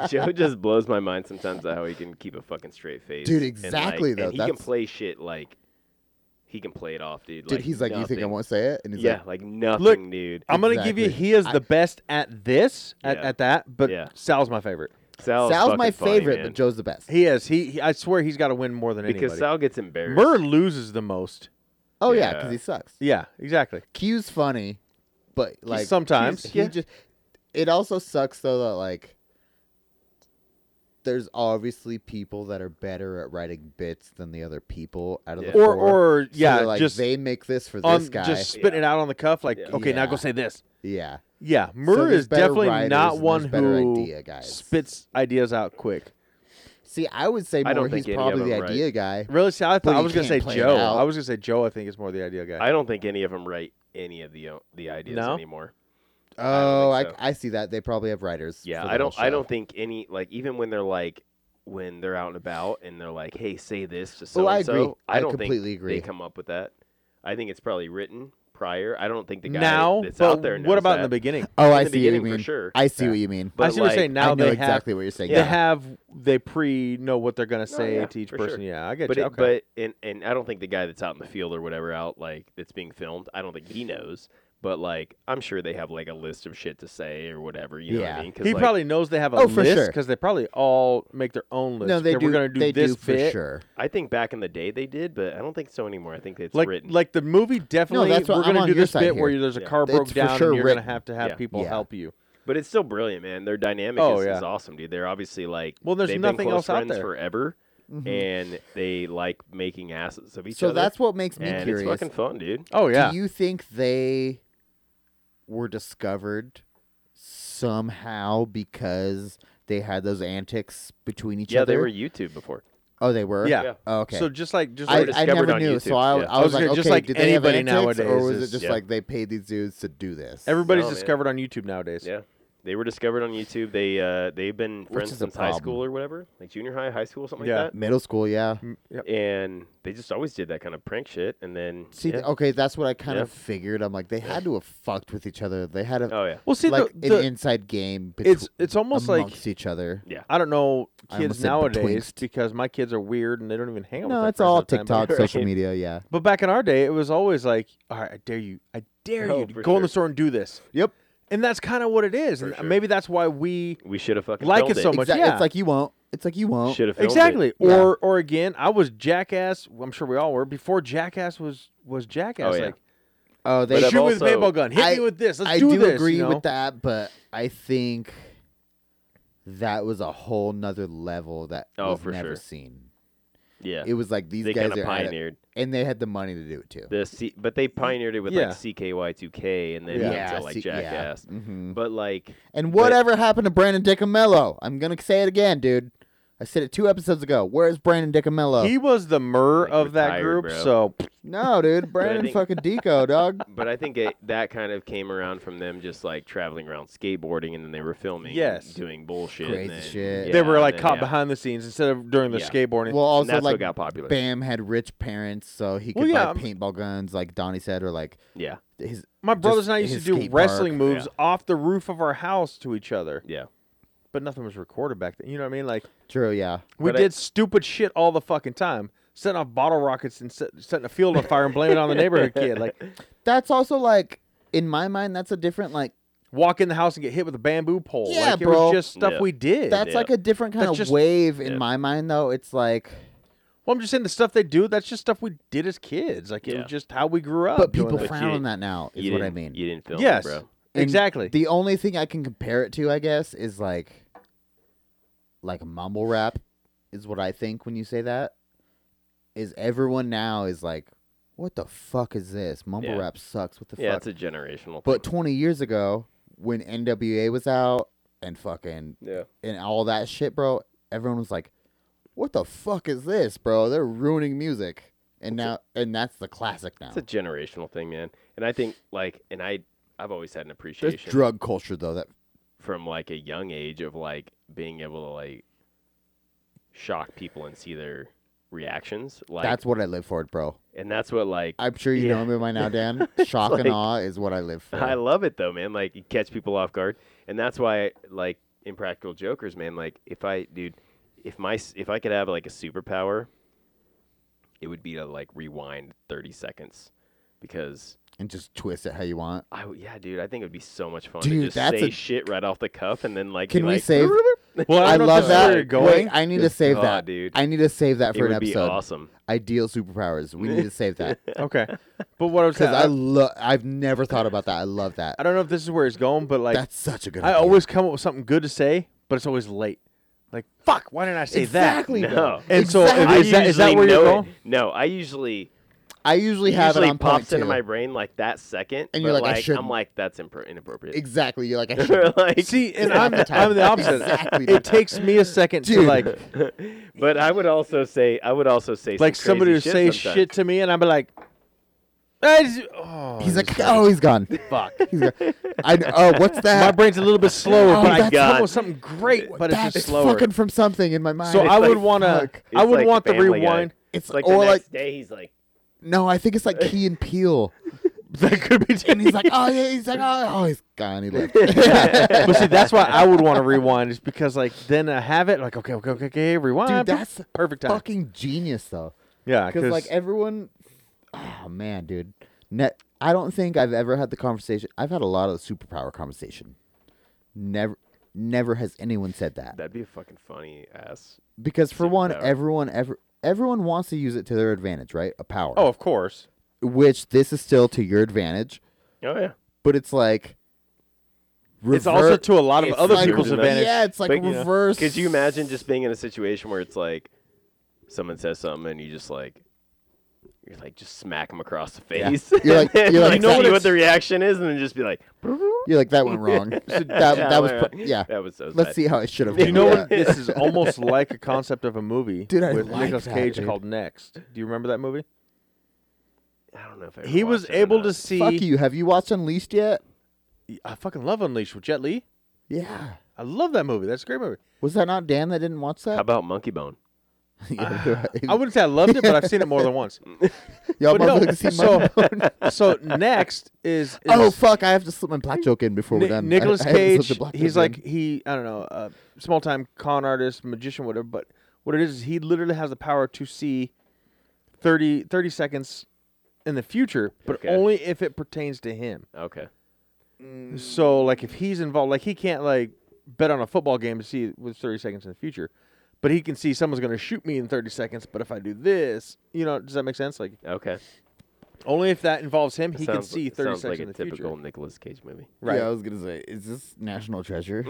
Joe, Joe- Joe just blows my mind sometimes at how he can keep a fucking straight face. Dude, And, like, exactly, and though. he can That's- play shit like he can play it off, dude. Dude, he's like, you think I nothing. won't say it? And he's yeah, like, like nothing, dude. I'm gonna give you. Exactly. He is the I- best at this at, Yeah. at that, but Yeah. Sal's my favorite. Sal's, Sal's my fucking funny, favorite, man. but Joe's the best. He is. He, he I swear he's got to win more than anybody. because Sal gets embarrassed. Murr loses the most. oh yeah, Yeah. because he sucks. Yeah, exactly. Q's funny, but like sometimes, he yeah. just. It also sucks though that like. There's obviously people that are better at writing bits than the other people out of Yeah. the four. Or or So yeah, they're like just they make this for on this guy. just spitting it out on the cuff. Like Yeah. okay, now Yeah. go say this. yeah. Yeah, Murr there's is better definitely writers not and one there's better who idea guys. spits ideas out quick. See, I would say I more don't he's think any of probably the them, right? idea guy. Really? See, I But thought I he was gonna say can't play it Joe. out. I was gonna say Joe. I think is more the ideal guy. I don't think any of them write any of the o- the ideas No? anymore. Oh, I, think so. I, see that. They probably have writers. Yeah, for the I don't. whole I show. don't think any like even when they're like when they're out and about and they're like, "Hey, say this to so Oh, I and agree. so." I don't completely think agree. They come up with that. I think it's probably written prior. I don't think the guy now, that's but out there. what knows about in that. the beginning? Oh, I the see what you beginning, for mean. sure. I see Yeah. what you're mean. I But, see what you're like, saying. Now I know they exactly what Oh, you're saying. have Yeah. they have they pre know what they're gonna say yeah, to each for person. sure. Yeah, I get But you. it, okay. but and and I don't think the guy that's out in the field or whatever out like that's being filmed. I don't think he knows. But like, I'm sure they have like a list of shit to say or whatever. You know what Yeah. I mean? 'Cause, he like, probably knows they have a Oh, for list sure. because they probably all make their own list. No, they Okay, do. We're gonna do they this do for bit. sure. I think back in the day they did, but I don't think so anymore. I think it's Like written. like the movie definitely. that's what- we're I'm gonna on do your this side bit where here. you- there's a Yeah. car It's broke for down sure and you're written. gonna have to have Yeah. people Yeah. help you. But it's still brilliant, man. Their dynamic Oh, is, yeah. is awesome, dude. They're obviously like Well, there's they've nothing been close else out friends there. forever, and they like making asses of each Mm-hmm. So other. that's what makes me and curious. it's fucking fun, dude. Oh yeah. Do you think they were discovered somehow because they had those antics between each yeah, other? they were YouTube before. Oh, they were. yeah. Yeah. Oh, okay. So just like just were I, like I discovered never on knew, YouTube, so I, I yeah. was I was like, gonna- just okay, like did they have anybody antics, or nowadays was is- it just Yeah. like they paid these dudes to do this? everybody's No, man. discovered on YouTube nowadays. Yeah, they were discovered on YouTube. They uh, they've been friends is a since high problem. school or whatever, like junior high, high school, something Yeah. like Middle school, yeah. Mm, that. And they just always did that kind of prank shit, and then See, yeah. th- okay, that's what I kind Yeah. of figured. I'm like, they had to have fucked with each other. They had a oh yeah, Well, see, the- like the, an inside game. Betw- it's it's almost like amongst each other. yeah. I don't know I kids almost said nowadays betwixt. because my kids are weird and they don't even hang out. with No, their it's friends all all the time, TikTok, but- social Right. media. Yeah. But back in our day, it was always like, all right, I dare you, I dare Oh, you to for go in the sure. store and do this, Yep. and that's kind of what it is, and For sure. maybe that's why we We should have fucking Like filmed it so much. Exactly. yeah. It's like you won't. It's like you won't. Should have filmed it. exactly. Yeah. Or or again, I was jackass. well, I'm sure we all were before jackass was was jackass. Oh, yeah. Like Oh, they But I've shoot me with a also- paintball gun, hit I- me with this. Let's I do, do this. agree you know? with that, but I think that was a whole nother level that Oh, was for never sure. seen. Yeah, It was like these they guys kind are of at it, pioneered. and they had the money to do it too. The C- but they pioneered it with Mm-hmm. Yeah. like CKY2K and then Yeah. Mm-hmm. yeah. Yeah, like see- yeah. Jackass. Mhm. But like And whatever happened to Brandon Dicamello? I'm gonna say it again, dude. I said it two episodes ago. Where's Brandon Dicamello? He was the myrrh Like, of that retired, group, bro. so no, dude. Brandon think- fucking Deco, dog. But I think it, that kind of came around from them just like traveling around skateboarding, and then they were filming, Yes. and doing bullshit, and Crazy then- shit. yeah, they were and like then, caught yeah. behind the scenes instead of during their Yeah. skateboarding. Well, And also that's like what got popular. Bam had rich parents, so he could Well, yeah, buy I'm- paintball guns, like Donnie said, or like Yeah, his. My brothers just and I used to his do skate wrestling park. moves Yeah. off the roof of our house to each other, yeah. but nothing was recorded back then. You know what I mean? Like True, yeah. we But I- did stupid shit all the fucking time, setting off bottle rockets and set, setting a field on fire and blaming it on the neighborhood kid. Like That's also like in my mind, that's a different like. walk in the house and get hit with a bamboo pole. Yeah, like, It bro. was just stuff Yeah. we did. That's Yeah. like a different kind That's of just- wave in yeah. my mind, though. It's like, well, I'm just saying the stuff they do. That's just stuff we did as kids. Like it Yeah. was just how we grew up. but doing people that. But frown you- on that now. Is you what I didn't- mean. You didn't film, it, yes, bro. And exactly. The only thing I can compare it to, I guess, is like, like mumble rap, is what I think when you say that. Is everyone now is like, what the fuck is this? Mumble Yeah. rap sucks. What the Yeah, fuck? it's a generational. But 20 years ago, when NWA was out and fucking thing. yeah, and all that shit, bro, everyone was like, "What the fuck is this, bro? They're ruining music." And now, and that's the classic now. it's a generational thing, man. And I think like, and I, I've always had an There's appreciation drug culture though. That from like a young age of like being able to like shock people and see their reactions. Like, that's what I live for, bro. and that's what like I'm sure you Yeah. know me by now, Dan. Shock and like- awe is what I live for. I love it though, man. Like you catch people off guard, and that's why like Impractical Jokers, man. Like if I, dude, if my s- if I could have like a superpower, it would be to like rewind thirty seconds, because and just twist it how you want. I w- yeah, dude, I think it would be so much fun Dude, to just that's say a- shit right off the cuff and then like be Can we like, save- well, I don't love know where that. you're going. Wait, I need to Good save God, that, dude. I need to save that It for would an be episode. awesome. Ideal superpowers. We need to save that Okay, but what I was saying, because I I, love. I've never thought about that. I love that. I don't know if this is where it's going, but like That's such a good. I idea. always come up with something good to say, but it's always late. Like fuck, why didn't I say exactly. that? No. though. And so Exactly. if- Is that- is that usually where you're know it- going? No, I usually I usually have usually it on point pops two. into my brain like that second, And but, you're like, I like, I'm shouldn't. like that's impro- inappropriate. Exactly. You're like, I should. Like- See, and half I'm the the, time. I'm the opposite. Exactly. It takes me a second to Dude. like but I would also say I would also say like some somebody crazy to say shit shit to me, and I'd be like, I just- oh, he's this like, guy. oh, he's gone. fuck. He's gone. I. Oh, what's My that? brain's a little bit slower, Oh, but I that's- come up God. with something great, but it's That's just slower. fucking from something in my mind. so I like- would want to, fuck. I It's would like want the Family Guy. rewind. it's Like or the like next day, he's like, no, I think it's like Key and Peel. That could be. And he's like, oh yeah, he's like, oh, oh he's gone. He left. but see, that's why I would want to rewind, is because like then I have it. Like okay, okay, okay, okay rewind. Dude, that's perfect time. fucking genius though. Yeah, Because like everyone, oh man, dude, Net, I don't think I've ever had the conversation. I've had a lot of superpower conversation. Never, never has anyone said that. that'd be a fucking funny ass. Because for one, Superpower. everyone ever everyone wants to use it to their advantage, right? A power. oh, of course. Which this is still to your advantage, Oh yeah, but it's like It's also revert- to a lot of It's other like- people's Yeah. advantage. Yeah, it's like But, you know, reverse. could you imagine just being in a situation where it's like someone says something and you just like. You're like just smack them across the face. You're like- and you're like, like, "Know what see it's- what the reaction is, and then just be like, You're like that went wrong. that "Yeah, that was wait, pr- wait." yeah. That was so. Let's see how it should have. Do you been. know what? Yeah. This is almost like a concept of a movie Dude, I with like Nicolas that, Cage dude. called Next. Do you remember that movie? I don't know if I ever He was watched it or able not. to see. Fuck you. Have you watched Unleashed yet? I fucking love Unleashed with Jet Li. Yeah. I love that movie. That's a great movie. Was that not Dan that didn't watch How that? about Monkey Bone? yeah, uh, I wouldn't say I loved it, but I've seen it more than once. Y'all But no, motherfuckers see my- so, so next is, is Oh fuck! I have to slip my black joke in before we're done. I- Nicholas I haven't slipped Cage. the black He's joke in. like he I don't know uh, small time con artist magician whatever. But what it is is he literally has the power to see 30, 30 seconds in the future, but Okay. only if it pertains to him. Okay. So like if he's involved, like he can't like bet on a football game to see with thirty seconds in the future, but he can see someone's gonna shoot me in thirty seconds. But if I do this, you know, does that make sense? Like Okay. only if that involves him, he can sounds, see thirty sounds seconds like a in the typical future. Nicolas Cage movie. Right? Yeah, I was gonna say, is this National Treasure?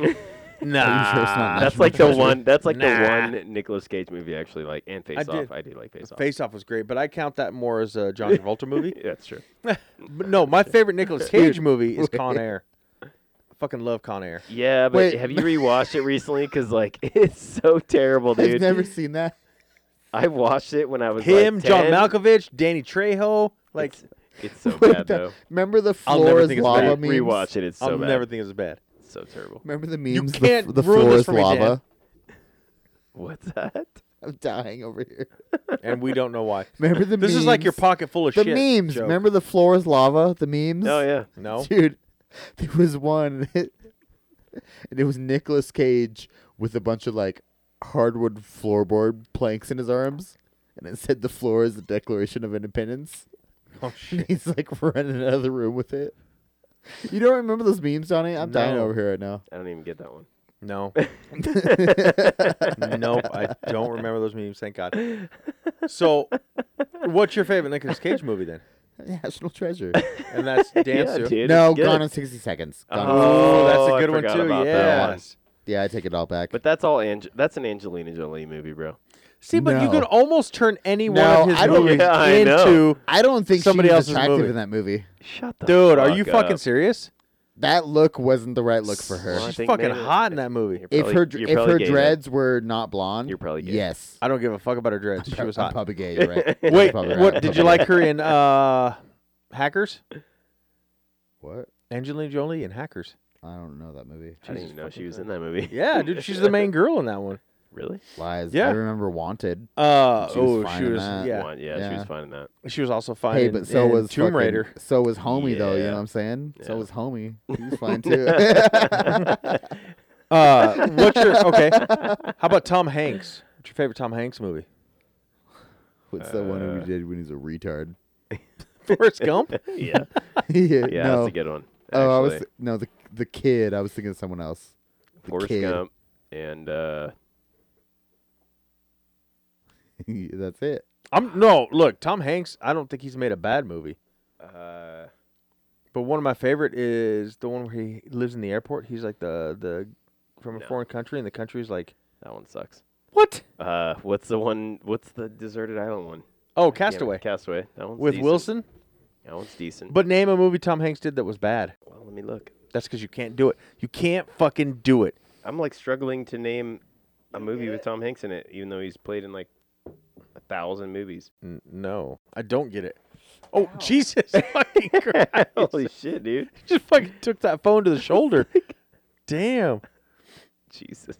nah. sure it's not That's National like the Treasure? one. That's like Ah. Nah. the one Nicolas Cage movie actually like. And Face I Off. did. I do like Face Off. Face Off was great, but I count that more as a John Travolta movie. Yeah, that's true. But no, my favorite Nicolas Cage movie is Con Air. fucking love Con Air. Yeah, but Wait. have you rewatched it recently? Because like it's so terrible, dude. I've never seen that. I watched it when I was Him, like, John 10. Malkovich, Danny Trejo. Like It's, it's so Wait, bad the- though. Remember the I'll never floor is think it's lava bad. memes? Rewatch it. It's so I'll bad. never think it's bad. It's so terrible. Remember the memes? the f- can't the, ruin floor this is for me, Dan. lava. What's that? I'm dying over here. and we don't know why. Remember the this is like your memes? pocket full of The shit. memes. joke. Remember the floor is lava. The memes. Oh yeah. No. dude. There was one, and it was Nicolas Cage with a bunch of like hardwood floorboard planks in his arms, and it said the floor is the Declaration of Independence. Oh And shit. he's like running out of the room with it. You don't remember those memes, Donnie? I'm dying No. over here right now. I don't even get that one. No. nope. I don't remember those memes. Thank God. So, what's your favorite Nicolas Cage movie then? National Treasure. And that's Yeah, Dancer. dude. no, it's good. Gone in 60 Seconds. Gone in- Oh, I that's a good one forgot too. about that Yeah. one. Yeah, I take it all back. But that's all. Ange- that's an Angelina Jolie movie, bro. See, but you No. could almost turn any one No, of his I don't- movies Yeah, I into. know. I don't think somebody Somebody else else's was attractive movie. in that movie. Shut the Dude, are you fuck fucking up. serious? That look wasn't the right look for her. Well, I She's think fucking maybe- hot in that movie. You're If probably- her dr- you're if probably her gay then. dreads were not blonde, You're probably gay. yes. I don't give a fuck about her dreads. She Pro- was I'm hot. probably gay. You're right. You're Wait, probably right. what I'm did probably you right. like her in uh, Hackers? What? Angelina Jolie in Hackers. I don't know that movie. I didn't even know she was in that movie. Yeah, dude, she's the main girl in that one. Really? Lies. Yeah. I remember Wanted. Uh, She was oh, fine she in was that. yeah. One, yeah, She Yeah. was finding that. She was also fine. Hey, in- but so in was Tomb fucking- Raider. So was Homie though. You Yeah. know what I'm saying? So Yeah. was Homie. He was fine too. Uh, what's your okay? How about Tom Hanks? What's your favorite Tom Hanks movie? What's that one Uh. that we did when he's a retard? Forrest Gump. Yeah. yeah. Yeah, no. that's a good one. oh, I was actually. no the the kid. I was thinking of someone else. The Forrest kid. Gump and uh, that's it. I'm no look. Tom Hanks. I don't think he's made a bad movie. uh, But one of my favorite is the one where he lives in the airport. He's like the the from a No. foreign country, and the country's like that one sucks. what? Uh, what's the one? What's the deserted island one? Oh, Damn it, Castaway Castaway. That one's with decent. Wilson. That one's decent. But name a movie Tom Hanks did that was bad. well, let me look. That's because you can't do it. You can't fucking do it. I'm like struggling to name a movie with Tom Hanks in it, even though he's played in like a thousand movies. N- no, I don't get it. Oh Jesus! fucking Christ. Holy shit, dude! just fucking took that phone to the shoulder. Damn. Jesus.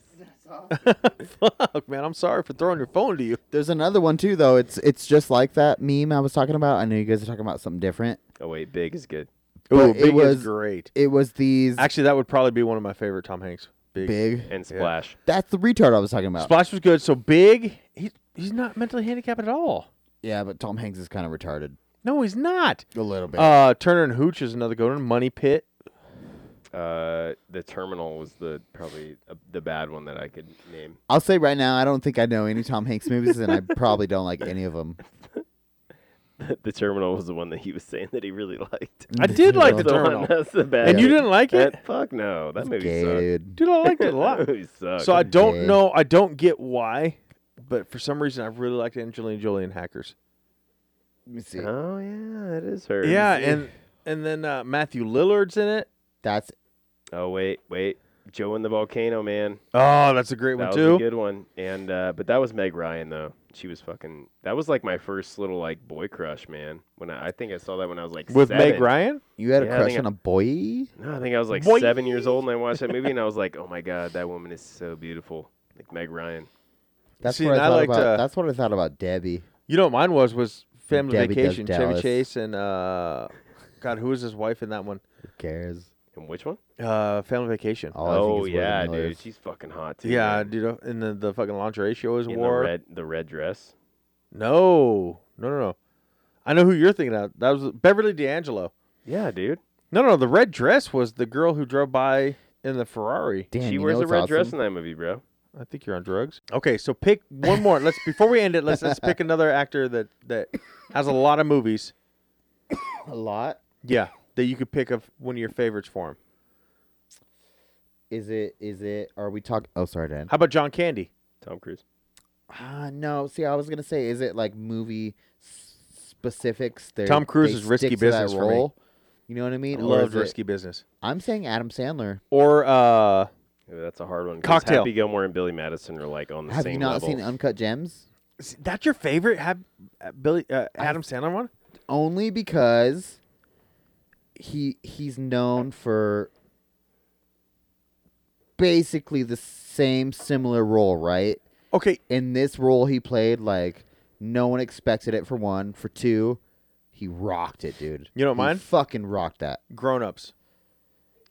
Fuck, Oh, man. I'm sorry for throwing your phone to you. There's another one too though. It's it's just like that meme I was talking about. I know you guys are talking about something different. Oh wait, Big is good. But Ooh, it Big is was- great. It was these Actually, that would probably be one of my favorite Tom Hanks. Big. big. And Splash. That's the retard I was talking about. Splash was good. So Big, he, he's not mentally handicapped at all. Yeah, but Tom Hanks is kind of retarded. No, he's not. A little bit. Uh, Turner and Hooch is another good one. Money Pit. Uh, the Terminal was the probably uh, the bad one that I could name. I'll say right now, I don't think I know any Tom Hanks movies, and I probably don't like any of them. the Terminal was the one that he was saying that he really liked. I did like the The one Terminal. that's the bad. And you didn't like it? That, fuck no, that movie Gay, sucked. dude. Dude, I liked it a lot. that movie sucked. So I don't Big. know. I don't get why, but for some reason I really liked Angelina Jolie in Hackers. Let me see. oh yeah, that is her. Yeah, and and then uh, Matthew Lillard's in it. That's oh wait, wait, Joe and the Volcano Man. Oh, that's a great That one was too. a good one. And uh, but that was Meg Ryan though. She was fucking. That was like my first little like boy crush, man. When I, I think I saw that when I was like With seven. Meg Ryan. you had a Yeah, I crush think on a boy. No, I think I was like Boy. seven years old, and I watched that movie, and I was like, oh my god, that woman is so beautiful, like Meg Ryan. That's See, what I and I thought liked, about. uh, that's what I thought about Debbie. You know what mine was was Family Debbie Does Vacation, Chevy Dallas. Chase and uh God, who was his wife in that one? Who cares? And which one? Uh Family Vacation. All I think oh is William yeah, Miller. dude, she's fucking hot too. yeah, man. dude, uh, and the, the fucking lingerie she always in the wore. red, the red dress. No. No, no, no. I know who you're thinking of. That was Beverly D'Angelo. Yeah, dude. No, no, the red dress was the girl who drove by in the Ferrari. Damn, she you wears know a it's red awesome? dress in that movie, bro. I think you're on drugs. Okay, so pick one more. Let's before we end it, let's let's pick another actor that that has a lot of movies. A lot. Yeah, that you could pick of one of your favorites for him. Is it? Is it? Are we talking? Oh, sorry, Dan. How about John Candy? Tom Cruise. Ah, no. See, I was gonna say, is it like movie s- specifics? They're- Tom Cruise they is risky stick to that business for me. role? You know what I mean? Or Loved is it- risky business. I'm saying Adam Sandler. Or uh, Yeah, that's a hard one. 'cause Cocktail. Happy Gilmore and Billy Madison are like on the Have same you not level. seen Uncut Gems? is that your favorite? Have Billy uh, Adam Sandler one? Only because he he's known for basically the same similar role, right? Okay, In this role he played like no one expected it for one, for two, he rocked it, dude. You don't He mind? Fucking rocked that. Grown Ups.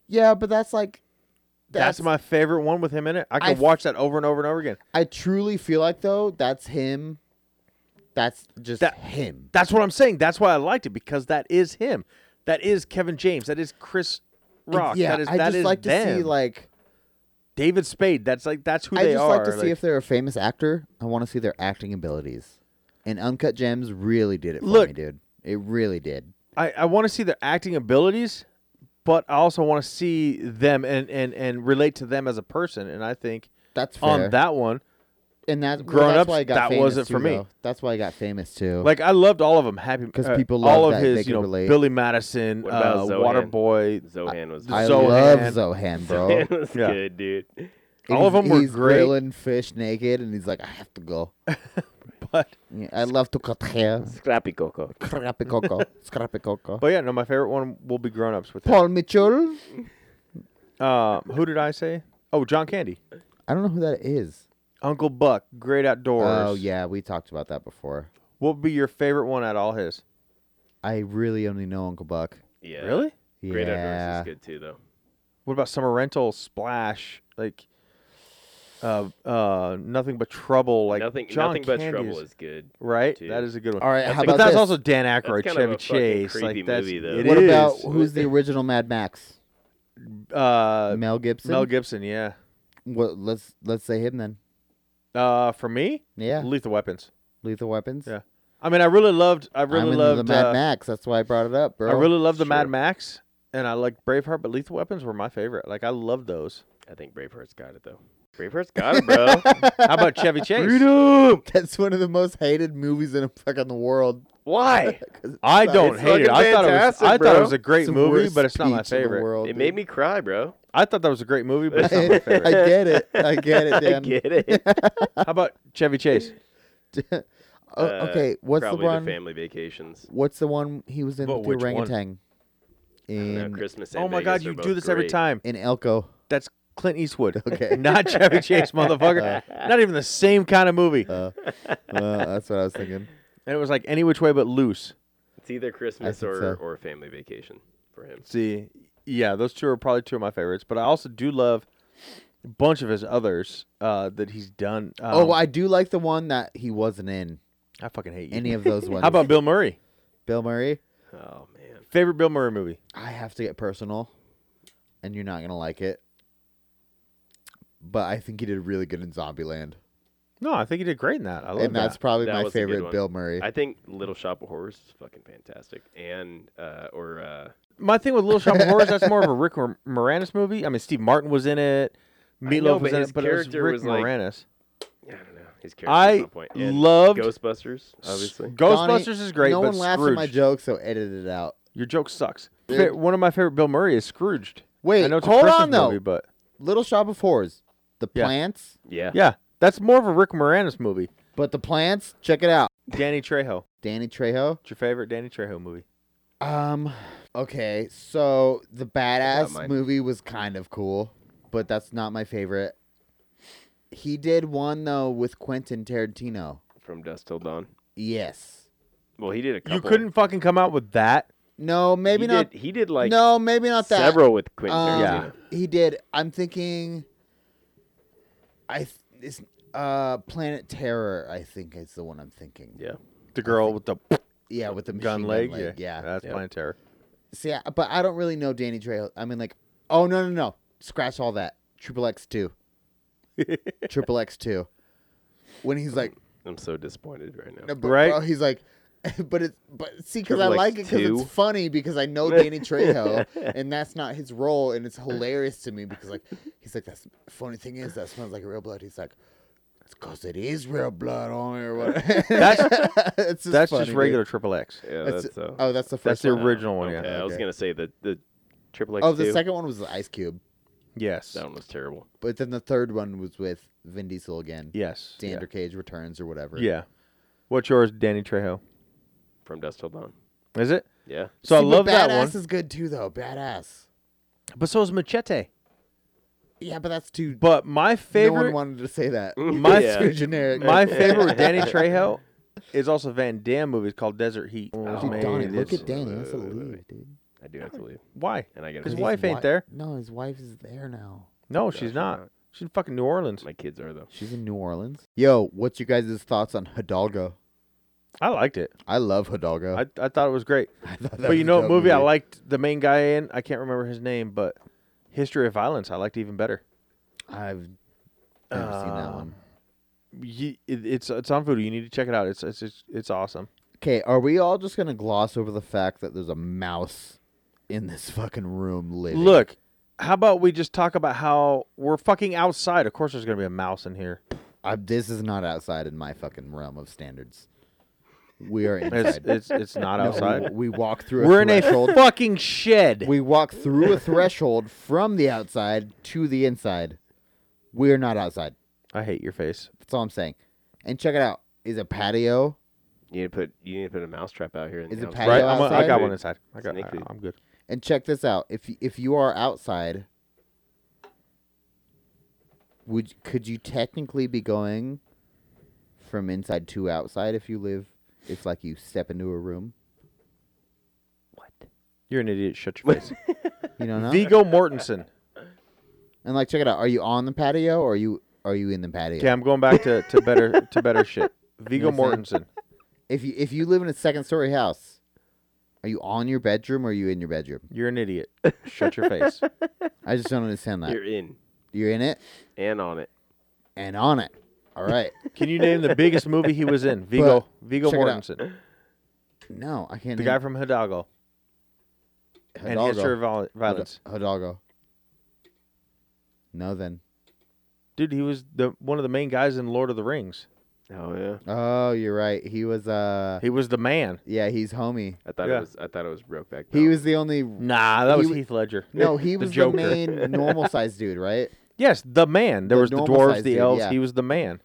Yeah, but that's like That's, my favorite one with him in it. I I can f- watch that over and over and over again. I truly feel like though that's him. That's just That- him. That's what I'm saying. That's why I liked it because that is him. That is Kevin James. That is Chris Rock. yeah, that is I that just is like to see them. like David Spade. That's like that's who I they just are. like to see if they're a famous actor. I want to see their acting abilities. And Uncut Gems really did it for Look. me, dude. It really did. I, I want to see their acting abilities, but I also want to see them and, and, and relate to them as a person. And I think That's fair. on that one, and that's well, Grown that's Ups, why I got that famous wasn't too, for me. though. That's why I got famous too. like I loved all of them. Happy 'Cause uh, people all love of that they his, can you know, relate. Billy Madison, What about uh, Zohan? Waterboy. Zohan was I Zohan. love Zohan, bro. Zohan was Yeah. good, dude. All of He's- them were he's great. grilling fish naked, and he's like, "I have to go. But Yeah, I love to cut hair." Scrappy Coco. Scrappy Coco. Scrappy Coco. but yeah, no, my favorite one will be Grown Ups with him. Paul Mitchell. Um, who did I say? Oh, John Candy, I don't know who that is. Uncle Buck, Great Outdoors. Oh yeah, we talked about that before. What would be your favorite one out of all his? I really only know Uncle Buck. Yeah. Really? Yeah. Great Outdoors is good too, though. What about Summer Rental, Splash, like, uh, uh, nothing but trouble, like nothing, John nothing but Candy's- trouble is good. right. too. That is a good one. All right, That's how a- but about that's this? also Dan Aykroyd, That's kind of Chevy a fucking Chase. creepy Like that's movie, though. it what is. about who's the original Mad Max? uh, Mel Gibson. Mel Gibson? Yeah. Well, let's let's say him then. Uh, for me, Yeah. Lethal Weapons. Lethal Weapons. Yeah. I mean, I really loved. I I'm really into loved. the Mad uh, Max. That's why I brought it up, bro. I really loved the It's Mad true. Max, and I liked Braveheart, but Lethal Weapons were my favorite. Like I loved those. I think Braveheart's got it though. Braveheart's got it, bro. How about Chevy Chase? That's one of the most hated movies in fucking the world. Why? I don't It's hate it. fucking I thought it was. fantastic, I thought it bro. was a great It's the movie, worst but it's not my speech in the favorite. world, It dude. made me cry, bro. I thought that was a great movie, but it's not my favorite. I get it. I get it, I Dan. get it. How about Chevy Chase? O- Uh, Oh, okay, what's the Probably one? family vacations. What's the one he was in But with the which one? orangutan? No, In Uh, Christmas. and Oh my Vegas God, are you both do this every great. time. in Elko. That's Clint Eastwood. Okay. not Chevy Chase, motherfucker. not even the same kind of movie. Uh, uh, that's what I was Um, thinking. and it was like any which way but loose. It's either Christmas think or so. or family vacation for him. See, yeah, those two are probably two of my favorites, but I also do love a bunch of his others uh, that he's done. Um, oh, I do like the one that he wasn't in. I fucking hate you. Any of those ones. How about Bill Murray? Bill Murray? Oh man. Favorite Bill Murray movie? I have to get personal, and you're not gonna like it. But I think he did really good in Zombieland, No, I think he did great in that. I love and that's that. probably That my was a good favorite one. Bill Murray. I think Little Shop of Horrors is fucking fantastic, and uh, or uh, My thing with Little Shop of Horrors, that's more of a Rick Mor- Moranis movie. I mean, Steve Martin was in it. I know, Meatloaf was but in his it, but it was character Rick was, like, Moranis. I don't know. His character. I my point. And loved- Ghostbusters, obviously. Ghostbusters Donnie, is great, No but one laughs at my Scrooged. joke, so edit it out. Your joke sucks. Fa- one of my favorite Bill Murray is Scrooged. Wait, I know it's hold a Christmas on, though. movie, but Little Shop of Horrors, the Yeah. plants, Yeah. yeah, that's more of a Rick Moranis movie. but the plants. Check it out, Danny Trejo. Danny Trejo. What's your favorite Danny Trejo movie? Um. Okay, so the badass mine. movie was kind of cool, but that's not my favorite. He did one though with Quentin Tarantino. From Dust Till Dawn. Yes. Well, he did a couple. You couldn't fucking come out with that. No, maybe he not. Did, he did like no, maybe not that. several with Quentin Um, Tarantino. He did. I'm thinking. I th- it's uh Planet Terror. I think is the one I'm thinking. Yeah. The girl with the Yeah, with the machine gun leg. Yeah. that's Yep. Planet Terror. See, I, but I don't really know Danny Trejo. I mean, like, oh no, no, no. Scratch all that. Triple X two. Triple X two. When he's like, I'm so disappointed right now. no, but Right. bro, he's like. But it's but see because I Triple X like it because two. it's funny because I know Danny Trejo and that's not his role and it's hilarious to me because like he's like that's funny thing is that smells like real blood he's like It's because it is real blood on it or whatever. That's- It's That's funny, just dude. regular triple X. Yeah, That's- that's, uh, oh, that's the That's first. the one. original one. okay, Yeah. I was okay. gonna say the the triple X. Oh, the two, second one was the Ice Cube, Yes. That one was terrible. but then the third one was with Vin Diesel again. Yes. Yeah. Dander Cage returns or whatever. Yeah. What's yours, Danny Trejo? From Dust Till Dawn. Is it? Yeah. So I See, but love that one. Badass is good too, though. Badass. but so is Machete. Yeah, but that's too. But my No favorite, one wanted to say that. My It's Yeah. too generic. my favorite with Danny Trejo is also Van Damme movie called Desert Heat. When it was Dude, made, Oh, Donnie, look Oh, it's- at Danny. That's a lead, dude. I do have to leave, why? and I got His His wife ain't wi- there. No, his wife is there now. No, she's not. She's in fucking New Orleans. My kids are though. She's in New Orleans. Yo, what's your guys' thoughts on Hidalgo? I liked it. I love Hidalgo. I, I thought it was great. I thought Oh. that but was you a know what dope movie I liked the main guy in? I can't remember his name, but History of Violence I liked even better. I've never seen that Um, one. Ye- it- it's it's on Voodoo. You need to check it out. It's it's it's, it's awesome. Okay, are we all just gonna gloss over the fact that there's a mouse in this fucking room living? Look, how about we just talk about how we're fucking outside? Of course, there's gonna be a mouse in here. I, this is not outside in my fucking realm of standards. We are It's inside. it's it's not No, we- outside. we, walk through. A We're in a threshold. fucking shed. we walk through a threshold from the outside to the inside. We are not outside. I hate your face. That's all I'm saying. And check it out. Is a patio? You need to put you need to put a mousetrap out here. In Is the it outside. patio Right, I'm a, I outside? got one inside. I It's got. Nick food. I'm good. And check this out. If y- if you are outside, would could you technically be going from inside to outside if you live? If like you step into a room, You're an idiot. Shut your face. you know, not? Vigo Mortensen. and like check it out. Are you on the patio or are you are you in the patio? Okay, I'm going back to, to better to better shit. Vigo What I'm Mortensen. If you if you live in a second story house, are you on your bedroom or are you in your bedroom? You're an idiot. Shut your face. I just don't understand that. You're in You're in it and on it. and on it. All right. Can you name the biggest movie he was in? Vigo Vigo check it out. Mortensen, No, I can't. the guy from Hidalgo, and History of Viol- Violence. Hidalgo. No, then. Dude, he was the one of the main guys in Lord of the Rings. Oh yeah. Oh, you're right. He was uh. He was the man. Yeah, he's homie. I thought Yeah. it was I thought it was Brokeback. He Mountain. was the only. Nah, that He was wa- Heath Ledger. No, he was the, Joker. main normal sized dude, right? Yes, the man. There The was the normal dwarves, size the dude, elves. yeah. He was the man.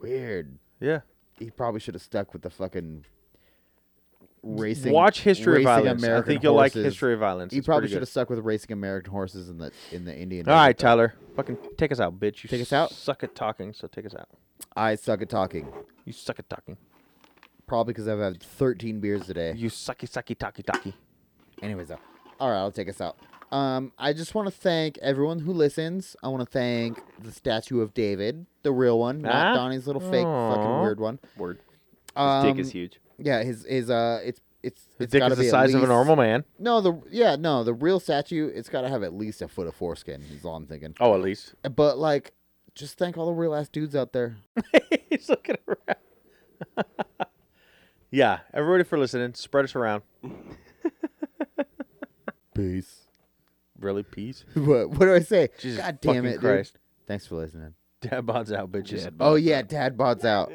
Weird. Yeah. He probably should have stuck with the fucking racing. Watch History of racing Violence. American I think you'll horses. like History of Violence. He It's probably pretty should good. have stuck with racing American horses in the in the Indian. All right, Ocean. Tyler. Fucking take us out, bitch. You Take us out? Suck at talking, so take us out. I suck at talking. You suck at talking. Probably because I've had 13 beers today. You sucky sucky talkie talkie. Anyways, though. All right, I'll take us out. Um, I just want to thank everyone who listens. I want to thank the statue of David, the real one, Huh? not Donnie's little fake fucking Ah. Aw. weird one. word. His Um, dick is huge. Yeah, his his uh, it's it's His it's dick gotta is the be at size of a least- normal man. No, the yeah, no, the real statue. It's got to have at least a foot of foreskin. Is all I'm thinking. Oh, at least. But like, just thank all the real ass dudes out there. He's looking around. yeah, everybody for listening. Spread us around. Peace. Really, peace. what what do I say? Jesus God damn fucking it, dude. Christ. Thanks for listening. Dad bods out, bitches. Dad bod. Oh yeah, Dad bods out.